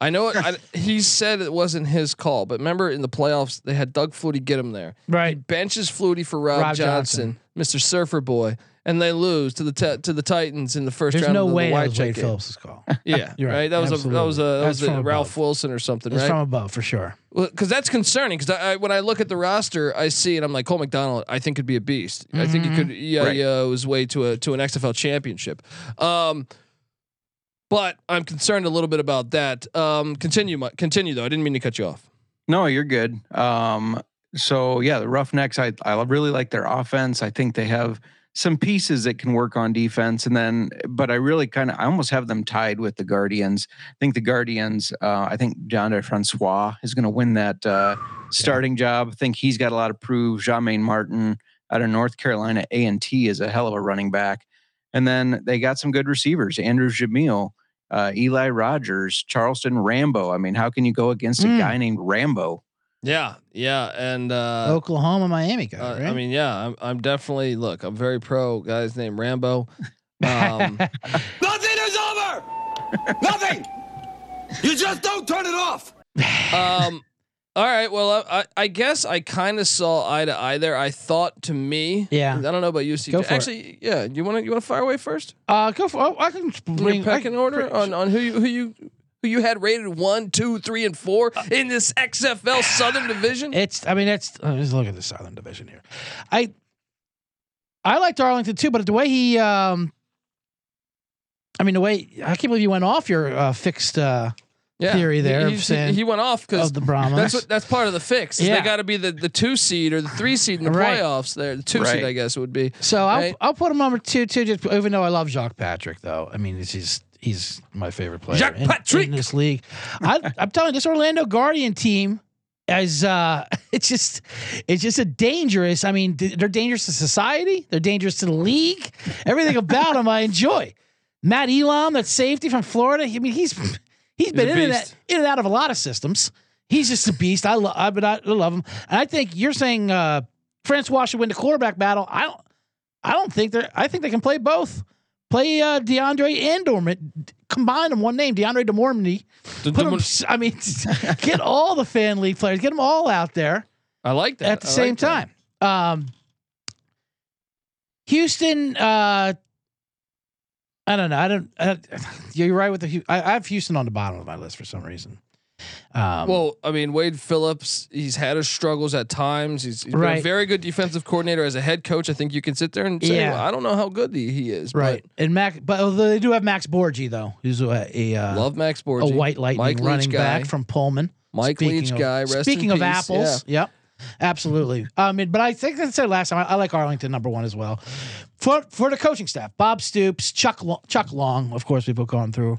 I know it, <laughs> I, he said it wasn't his call, but remember in the playoffs they had Doug Flutie get him there. Right. Benches Flutie for Rob, Rob Johnson, Johnson. Mr. Surfer Boy, and they lose to the te- to the Titans in the first There's round. no of the way that White was Check Wade game. Phillips' call. <laughs> Yeah, You're right. right. That was a that was a that Absolutely. was That's a from Ralph above. Wilson or something, It's from right? above for sure. Because that's concerning. Because I, I, when I look at the roster, I see and I'm like Cole McDonald. I think could be a beast. I think he could. Yeah, Right. yeah, was way to a to an XFL championship. Um, but I'm concerned a little bit about that. Um, continue, Mi- continue though. I didn't mean to cut you off. No, you're good. Um, so yeah, the Roughnecks, I I really like their offense. I think they have some pieces that can work on defense, and then but I really kind of I almost have them tied with the Guardians. I think the Guardians. Uh, I think John de Francois is going to win that uh, starting job. I think he's got a lot to prove. Jermaine Martin out of North Carolina A and T is a hell of a running back, and then they got some good receivers. Andrew Jamil uh, Eli Rogers, Charleston Rambo. I mean, how can you go against a Mm. guy named Rambo? Yeah, yeah, and uh, Oklahoma, Miami guy. uh, right? I mean, yeah, I'm, I'm definitely look. I'm very pro guys named Rambo. Um, Nothing is over! Nothing! You just don't turn it off! um, all right, well, I, I, I guess I kind of saw eye to eye there. I thought to me, Yeah. I don't know about you, CJ. Go for it. Actually, yeah, you want to you want to fire away first? uh, go for. Oh, I can Bring bring Your I can- pecking order on um, on who you who you. Who you had rated one, two, three, and four Uh, in this XFL Southern Division? It's. I mean, it's. uh, Let's look at the Southern Division here. I I liked Arlington too, but the way he, um, I mean, the way I can't believe you went off your uh, fixed uh, Theory there He- of he, saying- he went off because of the Brahmas. That's what, that's part of the fix. is Yeah. They got to be the, the two seed or the three seed in the Right. playoffs. There, the two seed, Right. I guess, would be. so I'll, Right. I'll put him number two too. Just even though I love Jacques Patrick, though, I mean, he's he's, he's my favorite player Jacques in- in Patrick! this league. I, I'm telling you, this Orlando Guardian team is uh, <laughs> it's just it's just a dangerous. I mean, th- they're dangerous to society. They're dangerous to the league. Everything about them I enjoy. Matt Elam, that safety from Florida. I mean, he's he's been a in and, out, beast. in and out of a lot of systems. He's just a beast. I love, I, but I love him. And I think you're saying uh, Francois should win the quarterback battle. I don't, I don't think they're. I think they can play both. Play uh, DeAndre and Dormant. Combine them one name, DeAndre DeMormany. Put 'em- I mean, <laughs> get all the fan league players. Get them all out there I like that at the I same like that. time. Um, Houston, uh, I don't know. I don't. I, <laughs> you're right with the. Hu- I, I have Houston on the bottom of my list for some reason. Um, Well, I mean, Wade Phillips, he's had his struggles at times. He's, he's been a Right. very good defensive coordinator as a head coach. I think you can sit there and say, Yeah. well, I don't know how good he, he is. right, and Max, but although they do have Max Borgi though, who's a, a But uh, love Max a Borgi. white lightning Mike Leach running back guy. from Pullman. Mike Leach of, guy. Rest in speaking of peace. apples, yep, absolutely. <laughs> Um, and- but I think I said last time I, I like Arlington number one as well for for the coaching staff. Bob Stoops, Chuck Long, Chuck Long, of course, we've gone through.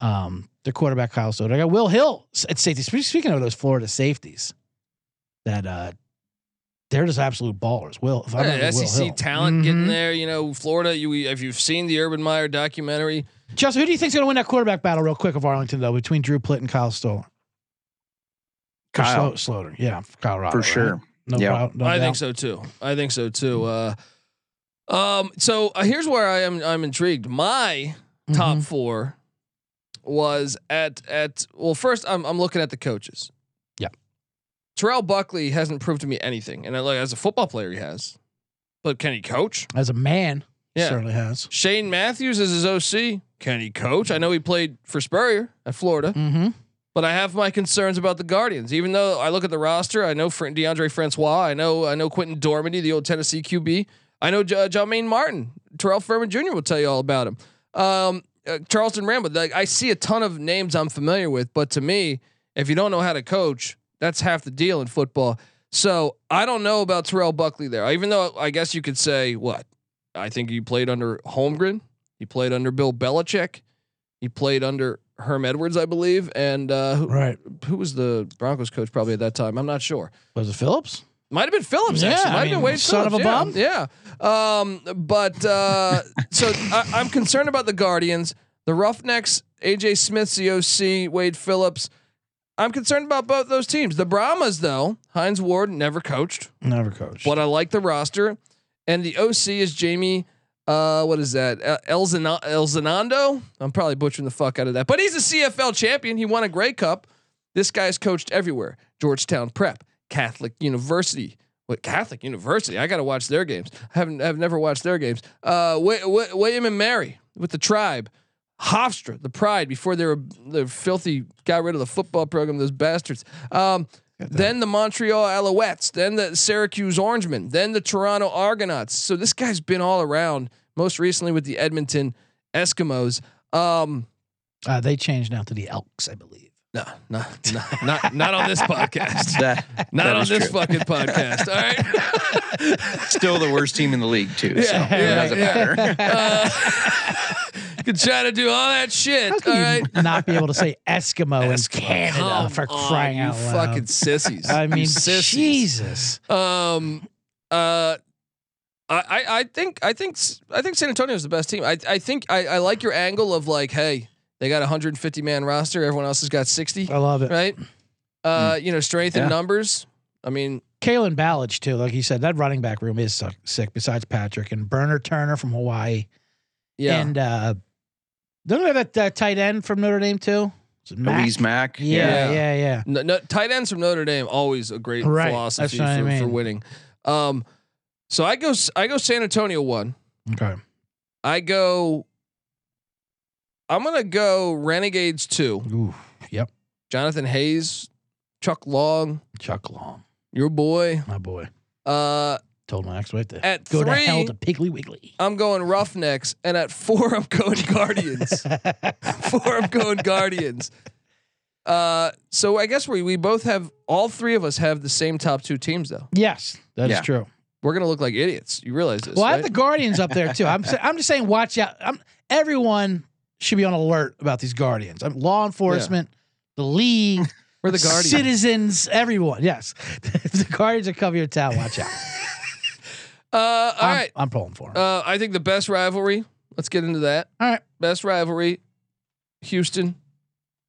Um, their quarterback Kyle Soder. I got Will Hill at safety. Spe- Speaking of those Florida safeties, that uh, they're just absolute ballers. Will, if I Yeah, remember Will SEC Hill. E talent getting Mhm. there. You know, Florida. You if you've seen the Urban Meyer documentary, Justin, who do you think's going to win that quarterback battle, real quick, of Arlington though, between Drew Plitt and Kyle Stoller? Or Kyle. Slo- Sloter, yeah, Colorado for right? sure. No Yeah. problem. I think so too. I think so too. Uh, um, so uh, here's where I am. I'm intrigued. My top four was at at well, first I'm I'm looking at the coaches. Yeah. Terrell Buckley hasn't proved to me anything, and I like as a football player he has, but can he coach? As a man, Yeah. certainly has. Shane Matthews is his OC. Can he coach? I know he played for Spurrier at Florida. Mm-hmm. But I have my concerns about the Guardians. Even though I look at the roster, I know Fran- DeAndre Francois, I know I know Quentin Dormady, the old Tennessee QB. I know J- Jermaine Martin, Terrell Furman Jr. will tell you all about him. Um, uh, Charleston Rambo. Like I see a ton of names I'm familiar with, but to me, if you don't know how to coach, that's half the deal in football. So I don't know about Terrell Buckley there. Even though I guess you could say what I think he played under Holmgren, he played under Bill Belichick, he played under Herm Edwards, I believe, and uh, who, Right. who was the Broncos coach probably at that time? I'm not sure. Was it Phillips? Might have been Phillips. Yeah, actually. I might have mean, been Wade son Phillips. of a yeah, Yeah. Um, but <laughs> uh, so I, I'm concerned about the Guardians, the Roughnecks, AJ Smith's the OC, Wade Phillips. I'm concerned about both those teams. The Brahmas, though, Heinz Ward never coached, Never coached. but I like the roster, and the OC is Jamie. Uh, what is that? Uh, Elzano- Elzanando? I'm probably butchering the fuck out of that, but he's a CFL champion. He won a Grey Cup. This guy's coached everywhere. Georgetown Prep, Catholic University. What Catholic University? I got to watch their games. I haven't. I've never watched their games. Uh, Wi- Wi- William and Mary with the tribe. Hofstra, the Pride, before they were the filthy got rid of the football program. Those bastards. Um, then the Montreal Alouettes. Then the Syracuse Orangemen. Then the Toronto Argonauts. So this guy's been all around. Most recently with the Edmonton Eskimos. Um, uh, they changed now to the Elks, <laughs> I believe. no, no, no, not not on this podcast. That Not that on is this true. fucking podcast. All right. <laughs> Still the worst team in the league too. <laughs> so Yeah, it yeah, doesn't yeah. matter. Uh, <laughs> you can try to do all that shit. How All can you right. not be able to say Eskimo in Canada uh, Come Oh, for on, crying uh, oh, you out loud? fucking sissies. <laughs> I You mean, sissies. Jesus. Um, uh, I, I, I think, I think, s- I think San Antonio is the best team. I, I think, I, I like your angle of like, hey, they got a 150 man roster. Everyone else has got 60, I love it. right? Uh, Hmm. you know, strength in Yeah. numbers. I mean, Kalen Ballage too, like you said, that running back room is suck- sick. Besides Patrick and Burner Turner from Hawaii, yeah. and uh, don't they have that uh, tight end from Notre Dame too? Is it Mack? Elise Mack. Yeah. Yeah, yeah, yeah. No, no, tight ends from Notre Dame always a great Right, philosophy that's for, what I for mean. winning. Um, so I go s- I go San Antonio one. Okay. I go. I'm gonna go Renegades two. Ooh, yep. Jonathan Hayes, Chuck Long, Chuck Long, your boy. my boy. Uh, Told my ex wife to At go to three- hell to <laughs> Piggly Wiggly. I'm going Roughnecks, and at <laughs> four, I'm going <laughs> Guardians. four, I'm going Guardians. Uh, so I guess we we both have all three of us have the same top two teams though. Yes, that is Yeah. true. We're gonna look like idiots. You realize this? Well, I have right? the Guardians up there too. I'm sa- I'm just saying, watch out. I'm, everyone should be on alert about these Guardians. I'm, law enforcement, the league, We're <laughs> the Guardians. citizens, everyone. Yes, <laughs> if the Guardians are covering your town, watch out. uh, all I'm, right. I'm pulling for 'em. Uh, I think the best rivalry. Let's get into that. All right. Best rivalry: Houston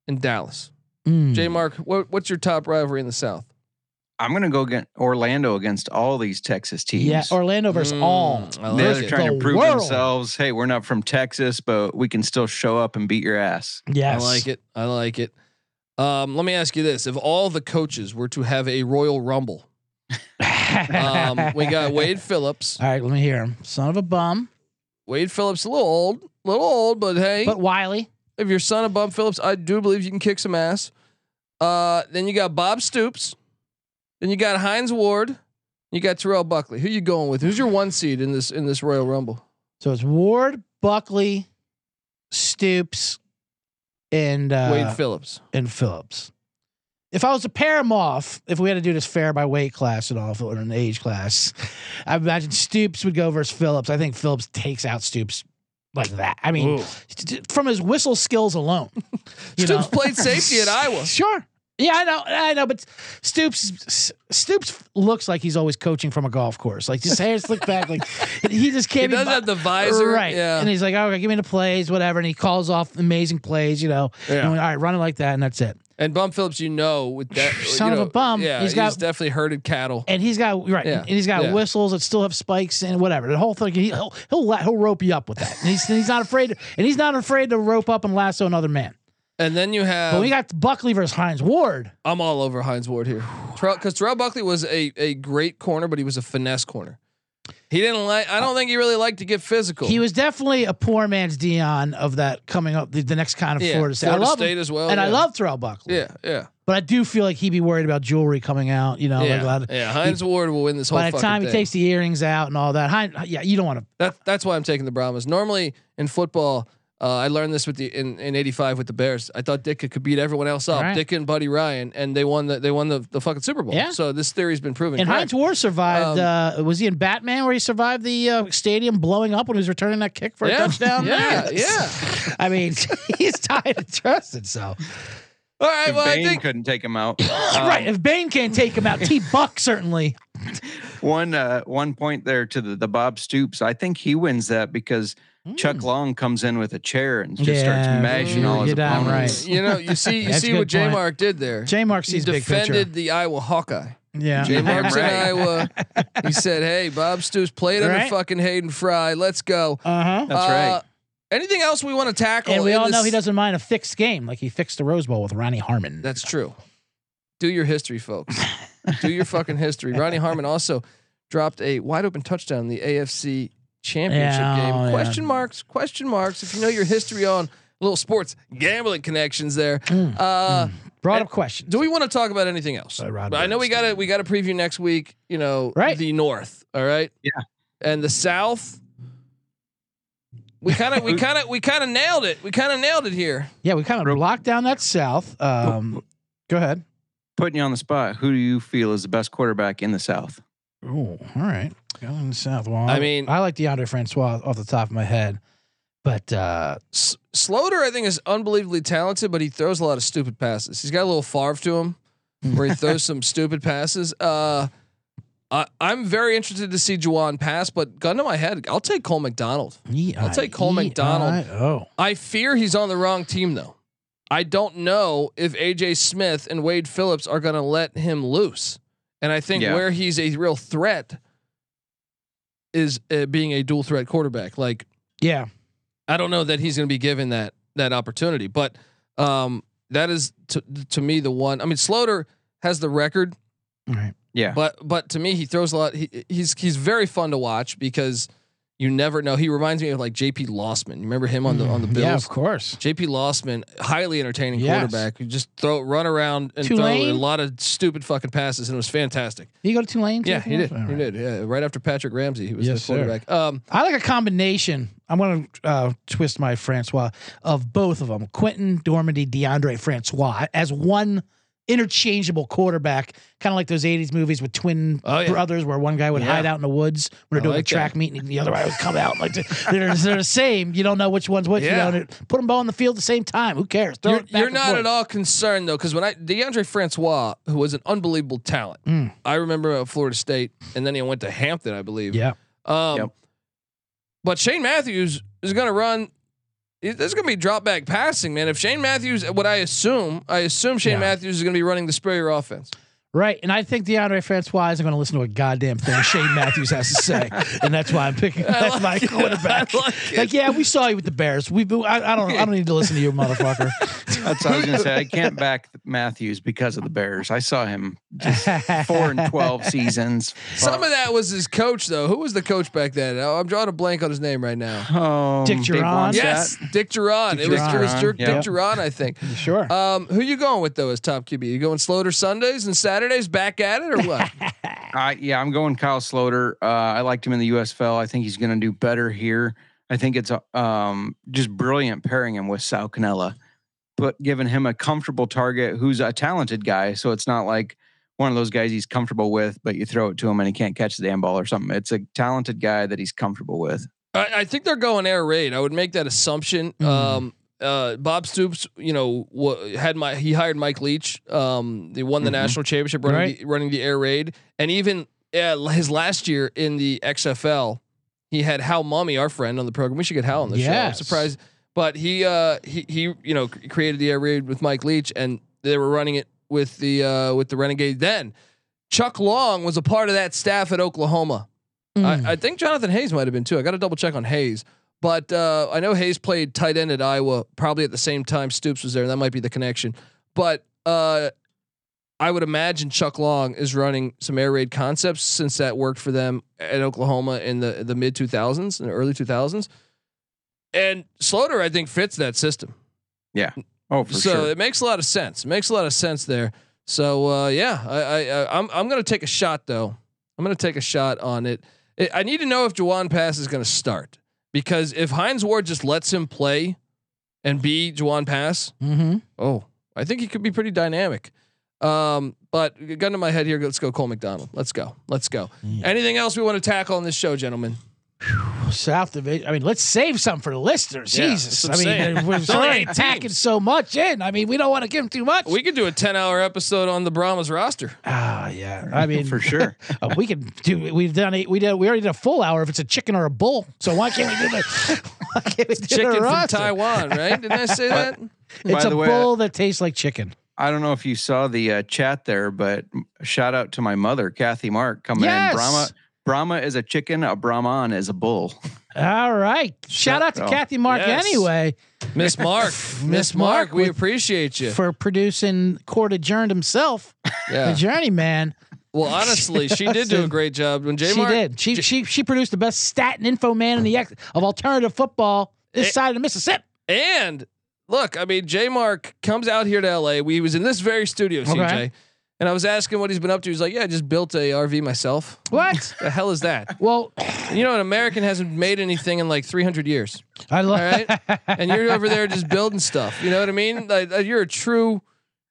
and Dallas. Mm. J. Mark, what, what's your top rivalry in the South? I'm gonna go get Orlando against all these Texas teams. Yeah, Orlando versus Mm, all. I like They're it. trying to the prove world. themselves. Hey, we're not from Texas, but we can still show up and beat your ass. Yes, I like it. I like it. Um, let me ask you this: If all the coaches were to have a Royal Rumble, <laughs> um, we got Wade Phillips. All right, let me hear him. Son of a bum, Wade Phillips, a little old, little old, but hey, but Wiley. if your son of Bob Phillips, I do believe you can kick some ass. Uh, then you got Bob Stoops. Then you got Heinz Ward. You got Terrell Buckley. Who you going with? Who's your one seed in this in this Royal Rumble? So it's Ward, Buckley, Stoops, and uh, Wade Phillips. and Phillips. If I was to pair them off, if we had to do this fair by weight class and all, or an age class, I imagine Stoops would go versus Phillips. I think Phillips takes out Stoops like that. I mean, t- t- from his whistle skills alone. <laughs> you Stoops know? played safety at Iowa. <laughs> Sure. Yeah, I know, I know, but Stoops Stoops looks like he's always coaching from a golf course. Like his hair slicked back, like he just can't. He be does bo- have the visor, right? yeah. And he's like, "All right, give me the plays, whatever." And he calls off amazing plays, you know. Yeah. And we, all right, run it like that, and that's it. And Bum Phillips, you know, with that you Son of a know, bum. Yeah, he's, He's got- definitely herded cattle. and he's got right, Yeah, and he's got yeah. whistles that still have spikes and whatever. The whole thing, he, will he'll la- he'll rope you up with that. And he's he's not afraid, and he's not afraid to rope up and lasso another man. And then you have But we got Buckley versus Heinz Ward. I'm all over Heinz Ward here. Because Terrell Buckley was a, a great corner, but he was a finesse corner. He didn't like, I don't think he really liked to get physical. He was definitely a poor man's Dion of that coming up the, the next kind of Yeah, Florida State. Florida I love him, State as well, and I yeah. love Terrell Buckley. yeah, yeah. but I do feel like he'd be worried about jewelry coming out. You know, like a lot Yeah, of- yeah. Heinz Ward will win this whole Oh, by the fucking time thing. he takes the earrings out and all that, Heinz, yeah, you don't want to. That, that's why I'm taking the Brahmas. Normally in football, uh, I learned this with the in, in '85 with the Bears. I thought Ditka could beat everyone else up. Right. Ditka and Buddy Ryan, and they won the they won the, the fucking Super Bowl. Yeah. So this theory's been proven. And correct. Heinz Ward survived. Um, uh, was he in Batman where he survived the uh, stadium blowing up when he was returning that kick for a Yeah, touchdown? yeah, yeah. I mean, <laughs> he's tied and trusted. So All right, If well I Bane think couldn't take him out. right, if Bane can't take him out, T Buck certainly. one uh, one point there to the, the Bob Stoops. I think he wins that because Chuck Long comes in with a chair and just starts Hmm. Yeah, mashing all his you're damn opponents. you know you see you <laughs> That's see a what good J point. Mark did there. J Mark he sees big defended picture. the Iowa Hawkeye. Yeah, J. <laughs> Damn Marks in right. Iowa. He said, "Hey, Bob Stoops played under Right. fucking Hayden Fry. Let's go." Uh huh. That's Uh, right. Anything else we want to tackle? And we in all know this- he doesn't mind a fixed game, like he fixed the Rose Bowl with Ronnie Harmon. That's true. Do your history, folks. Do your fucking history. <laughs> Ronnie Harmon also dropped a wide open touchdown in the AFC Championship Yeah, game. oh, yeah. Question marks? Question marks? If you know your history on little sports gambling connections, there. Mm, Uh, Brought up questions. Do we want to talk about anything else? By Rod But I know we got Livingston. to we got to preview next week. You know, Uh, Right. The North, all right. Yeah. and the South. We kind <laughs> of we kind of we kind of nailed it. We kind of nailed it here. yeah, we kind of locked down that South. Um, go ahead. Putting you on the spot. Who do you feel is the best quarterback in the South? Oh, all right. Going south. Well, I mean- I like DeAndre Francois off the top of my head, but uh, S- Slaughter, I think, is unbelievably talented, but he throws a lot of stupid passes. He's got a little Favre to him, where he throws some stupid passes. Uh, I, I'm very interested to see Juwan pass, but gun to my head, I'll take Cole McDonald. I'll take Cole McDonald. Oh, I fear he's on the wrong team though. I don't know if AJ Smith and Wade Phillips are going to let him loose. And I think Yeah. where he's a real threat is uh, being a dual threat quarterback. Like yeah. I don't know that he's going to be given that that opportunity, but um that is to, to me the one. I mean Slaughter has the record, All right. Yeah. but but to me he throws a lot he, he's he's very fun to watch because You never know. He reminds me of like JP Lossman. You remember him on the on the Bills? Mm, Yeah, of course. JP Lossman, highly entertaining Yes. quarterback. who just throw run around and throw Tulane? a lot of stupid fucking passes, and it was fantastic. Did you go to Tulane? too? Yeah, he did. All He right. did. Yeah, right after Patrick Ramsey, he was Yes, the sir. quarterback. Um, I like a combination. I'm going to uh, twist my Francois of both of them Quentin Dormady, DeAndre Francois as one interchangeable quarterback, kind of like those 80s movies with twin Oh, yeah. brothers where one guy would Yeah. hide out in the woods when I they're doing like a track meet and the other guy would come out. <laughs> Like they're, they're the same. You don't know which one's which. Yeah. You know, and put them both on the field at the same time. Who cares? Throw you're it back you're and not forth. at all concerned though, because when I DeAndre Francois, who was an unbelievable talent, Mm. I remember at Florida State, and then he went to Hampton, I believe. Yeah. Um, Yep. But Shane Matthews is going to run. it- There's going to be drop back passing, man. If Shane Matthews, what I assume, I assume Shane Yeah. Matthews is going to be running the sprayer <laughs> offense. Right. And I think DeAndre Francois isn't going to listen to a goddamn thing Shane Matthews has to say. And that's why I'm <laughs> picking that's like my it. quarterback. I like it. Like, yeah, we saw you with the Bears. We I, I don't I don't need to listen to you, motherfucker. <laughs> That's what I was gonna <laughs> say. I can't back Matthews because of the Bears. I saw him <laughs> just four and twelve seasons. Some of that was his coach, though. Who was the coach back then? Oh, I'm drawing a blank on his name right now. Um, Dick Big Duran. Wonset. Yes, Dick Duran. Dick it was, it was Duran, Jer- yeah. Dick Duran, I think. Uh, sure. Um, who you going with though as top QB? You going Sloter Sundays and Saturdays back at it or what? I yeah, I'm going Kyle Sloter. Uh, I liked him in the USFL. I think he's going to do better here. I think it's uh, um, just brilliant pairing him with Sal Canella, but giving him a comfortable target who's a talented guy. So it's not like one of those guys he's comfortable with, but you throw it to him and he can't catch the damn ball or something. It's a talented guy that he's comfortable with. I, I think they're going air raid. I would make that assumption. Mhm. Um, uh, Bob Stoops, you know, w- had my he hired Mike Leach. Um, they won the Mhm. national championship running Hmm. Right. the, running the air raid, and even uh, his last year in the XFL, he had Hal Mummy, our friend on the program. We should get Hal on the show. I'm Yes. surprised, but he uh, he he you know c- created the air raid with Mike Leach, and they were running it with the uh, with the Renegade then. Chuck Long was a part of that staff at Oklahoma. Mm. I, I think Jonathan Hayes might have been too. I got to double check on Hayes, but uh, I know Hayes played tight end at Iowa probably at the same time Stoops was there. That might be the connection. But uh, I would imagine Chuck Long is running some air raid concepts since that worked for them at Oklahoma in the the mid two thousands and early two thousands. And Sloter, I think, fits that system. Oh, for so sure. it makes a lot of sense. It makes a lot of sense there. So uh, yeah, I, I, I I'm I'm gonna take a shot though. I'm gonna take a shot on it. I- I need to know if Jawan Pass is gonna start because if Heinz Ward just lets him play and be Jawan Pass, mm-hmm. oh, I think he could be pretty dynamic. Um, but gun to my head here, let's go Cole McDonald. Let's go. Let's go. Anything else we want to tackle on this show, gentlemen? Oh, South Division. I mean, let's save some for the listeners. Yeah, Jesus. that's what I'm I saying. mean, <laughs> we're There's only already eight teams. attacking so much in. I mean, we don't want to give them too much. We could do a 10 hour episode on the Brahmas roster. ah, yeah. <laughs> I mean, for sure. <laughs> Uh, we can do. We've done it. We did. We already did a full hour if it's a chicken or a bull. So why can't we do the <laughs> why can't we do the Chicken from roster? Taiwan, right? Didn't I say that? It's By a the way, bull that tastes like chicken. I don't know if you saw the uh, chat there, but shout out to my mother, Kathy Mark, coming Yes. in. Brahma, Brahma is a chicken. A Brahman is a bull. <laughs> All right. Shout out to up. Kathy Mark Yes. anyway Miss Mark, Miss <laughs> Miss Mark, Mark we with- appreciate you. for producing Court Adjourned himself, the Yeah. journeyman. Well, honestly, she did <laughs> do a great job when J she Mark. did. She, she she produced the best stat and info man in the ex- of alternative football this It- side of Mississippi. And look, I mean, J Mark comes out here to LA. We he was in this very studio, CJ, Okay. and I was asking what he's been up to. He's like, "Yeah, I just built a RV myself." <laughs> What? The hell is that? well, You know, an American hasn't made anything in like 300 years, I all love. right? and you're over there just building stuff. You know what I mean? Like, uh, you're a true,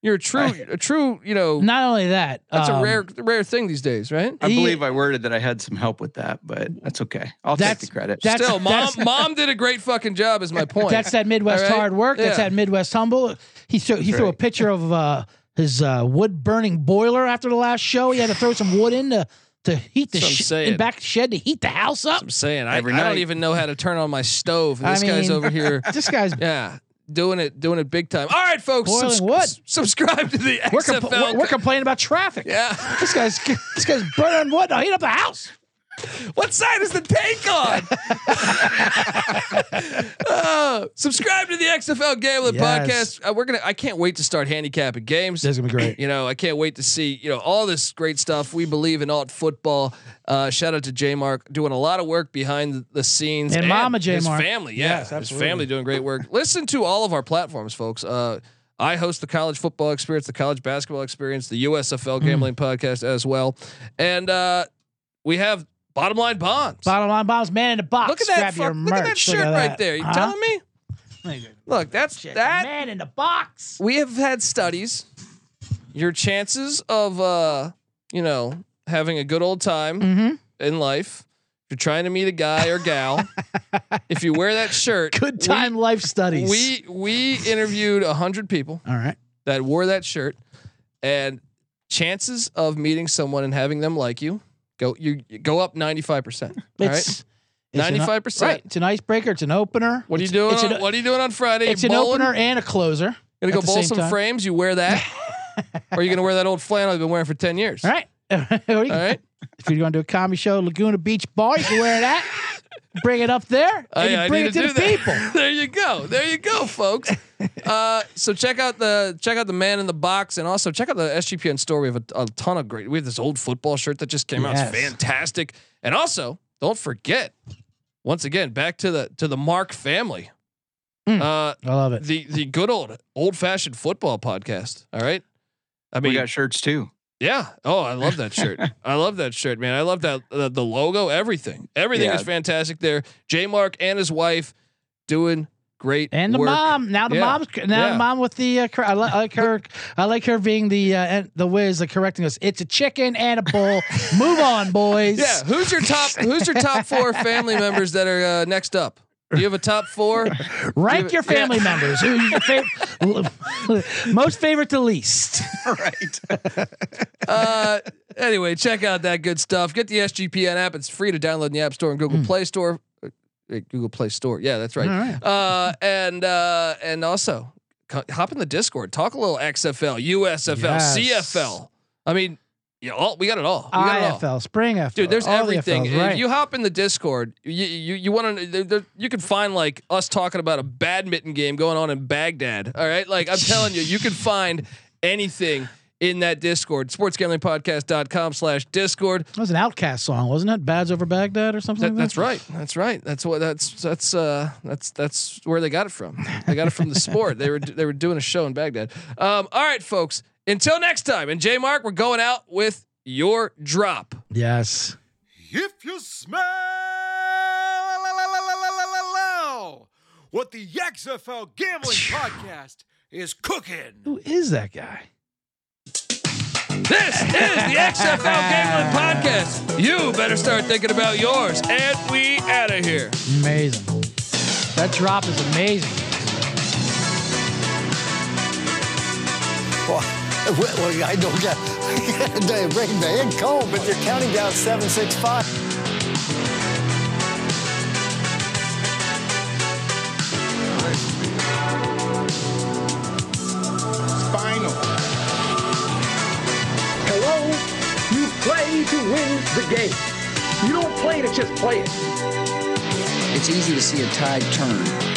you're a true, a true. You know, Not only that, that's a um, rare, rare thing these days, right? I He- believe I worded that I had some help with that, but that's okay. I'll take the That's- credit. that's- Still, mom, <laughs> mom did a great fucking job. Is my point. That's that Midwest All right? hard work. That's Yeah. that Midwest humble. He threw he threw a right. picture of uh, his uh, wood burning boiler after the last show. He had to throw some wood in to to heat the That's what I'm sh- saying. in back shed to heat the house up. I'm saying I, Every I don't night. even know how to turn on my stove. And I this guy's mean- over here, <laughs> This guy's yeah, doing it, doing it big time. All right, folks, Boiling wood. subscribe to the we're, XFL. compl- we're, we're complaining about traffic. yeah, This guy's this guy's burning wood to heat up the house. <laughs> what side is the tank on? oh, Subscribe to the XFL Gambling Yes. Podcast. Uh, we're gonna. I can't wait to start handicapping games. That's gonna be great. You know, I can't wait to see you know all this great stuff. We believe in alt football. Uh, shout out to J Mark doing a lot of work behind the scenes And Mama J. his Mark. family. Yeah, Yes, his absolutely. family doing great work. Listen to all of our platforms, folks. Uh, I host the College Football Experience, the College Basketball Experience, the Mm. USFL Gambling Podcast as well, and uh, we have Bottom Line Bonds. Bottom line, bombs, man in the box. Look at that! Grab your fuck- look at that merch. shirt right there. You Huh? telling me? Look at Look, that's that? that. man in the box. We have had studies. Your chances of, uh, you know, having a good old time Mm-hmm. in life. If you're trying to meet a guy or <laughs> gal, if you wear that shirt, Good time life studies. we we interviewed a hundred people all right. that wore that shirt, and chances of meeting someone and having them like you go you, you go up ninety five percent. All right, It's it's an- 95%. Right. It's an icebreaker. It's an opener. what are you It's- doing? It's on, an, what are you doing on Friday? You it's an bowling? opener and a closer. Gonna go at the bowl same some time. frames. You wear <laughs> that, or you gonna wear that old flannel you've been wearing for ten years? All right. <laughs> Or you All can- right. If you're going to do a comedy show, Laguna Beach Bar, you can <laughs> wear that. bring it up there. And I- you I bring need it to, do the that. people. <laughs> there you go. There you go, <laughs> folks. Uh, so check out the check out the man in the box, and also check out the SGPN store. We have a, a ton of great. We have this old football shirt that just came out. It's Yes. fantastic. And also, don't forget, once again, back to the to the Mark family. Mm. Uh, I love it. the the good old old fashioned football podcast. All right. I We mean, got shirts too. Yeah. Oh, I love that shirt. I love that shirt, man. I love that uh, the, the logo, everything. Everything Yeah. is fantastic there. J Mark and his wife doing great And the work. mom. Now the Yeah. mom's now Yeah. the mom with the. Uh, cor- I, li- I like her. I like her being the uh, and the whiz, like correcting us. It's a chicken and <laughs> a bull. Move on, boys. Yeah, who's your top who's your top 4 family members that are uh, next up? Do you have a top 4? Rank Give it- your family yeah. members. Who's your favorite? <laughs> most favorite <laughs> to least. right. Uh, anyway, check out that good stuff. Get the SGPN app. It's free to download in the App Store and Google Play Store. Uh, Google Play Store. Yeah, that's right. Hmm. All right. Uh, and uh, and also co- hop in the Discord. Talk a little XFL, USFL, Yes. CFL. I mean, yeah, all, we got it all. We got it all. IFL, Spring FL. Dude, there's all the everything. FLs, If right. you hop in the Discord, you you, you want to you can find like us talking about a badminton game going on in Baghdad. All right, like I'm telling you, you can find anything in that Discord. Sportsgamblingpodcast.com slash Discord. That was an Outcast song, wasn't it? Bads over Baghdad or something. That- like that? that's right. That's right. That's what that's that's uh that's that's where they got it from. They got it from the sport. They were they were doing a show in Baghdad. Um, all right, folks. Until next time, and J Mark, we're going out with your drop. Yes. If you smell what the XFL Gambling Podcast is cooking. Who is that guy? This is the XFL Gambling Podcast. You better start thinking about yours, and we out of here. Amazing. That drop is amazing. Well, well, well, I don't get the break the head cold, but you're counting down seven, six, five. Final. Hello? You play to win the game. You don't play to just play it. It's easy to see a tide turn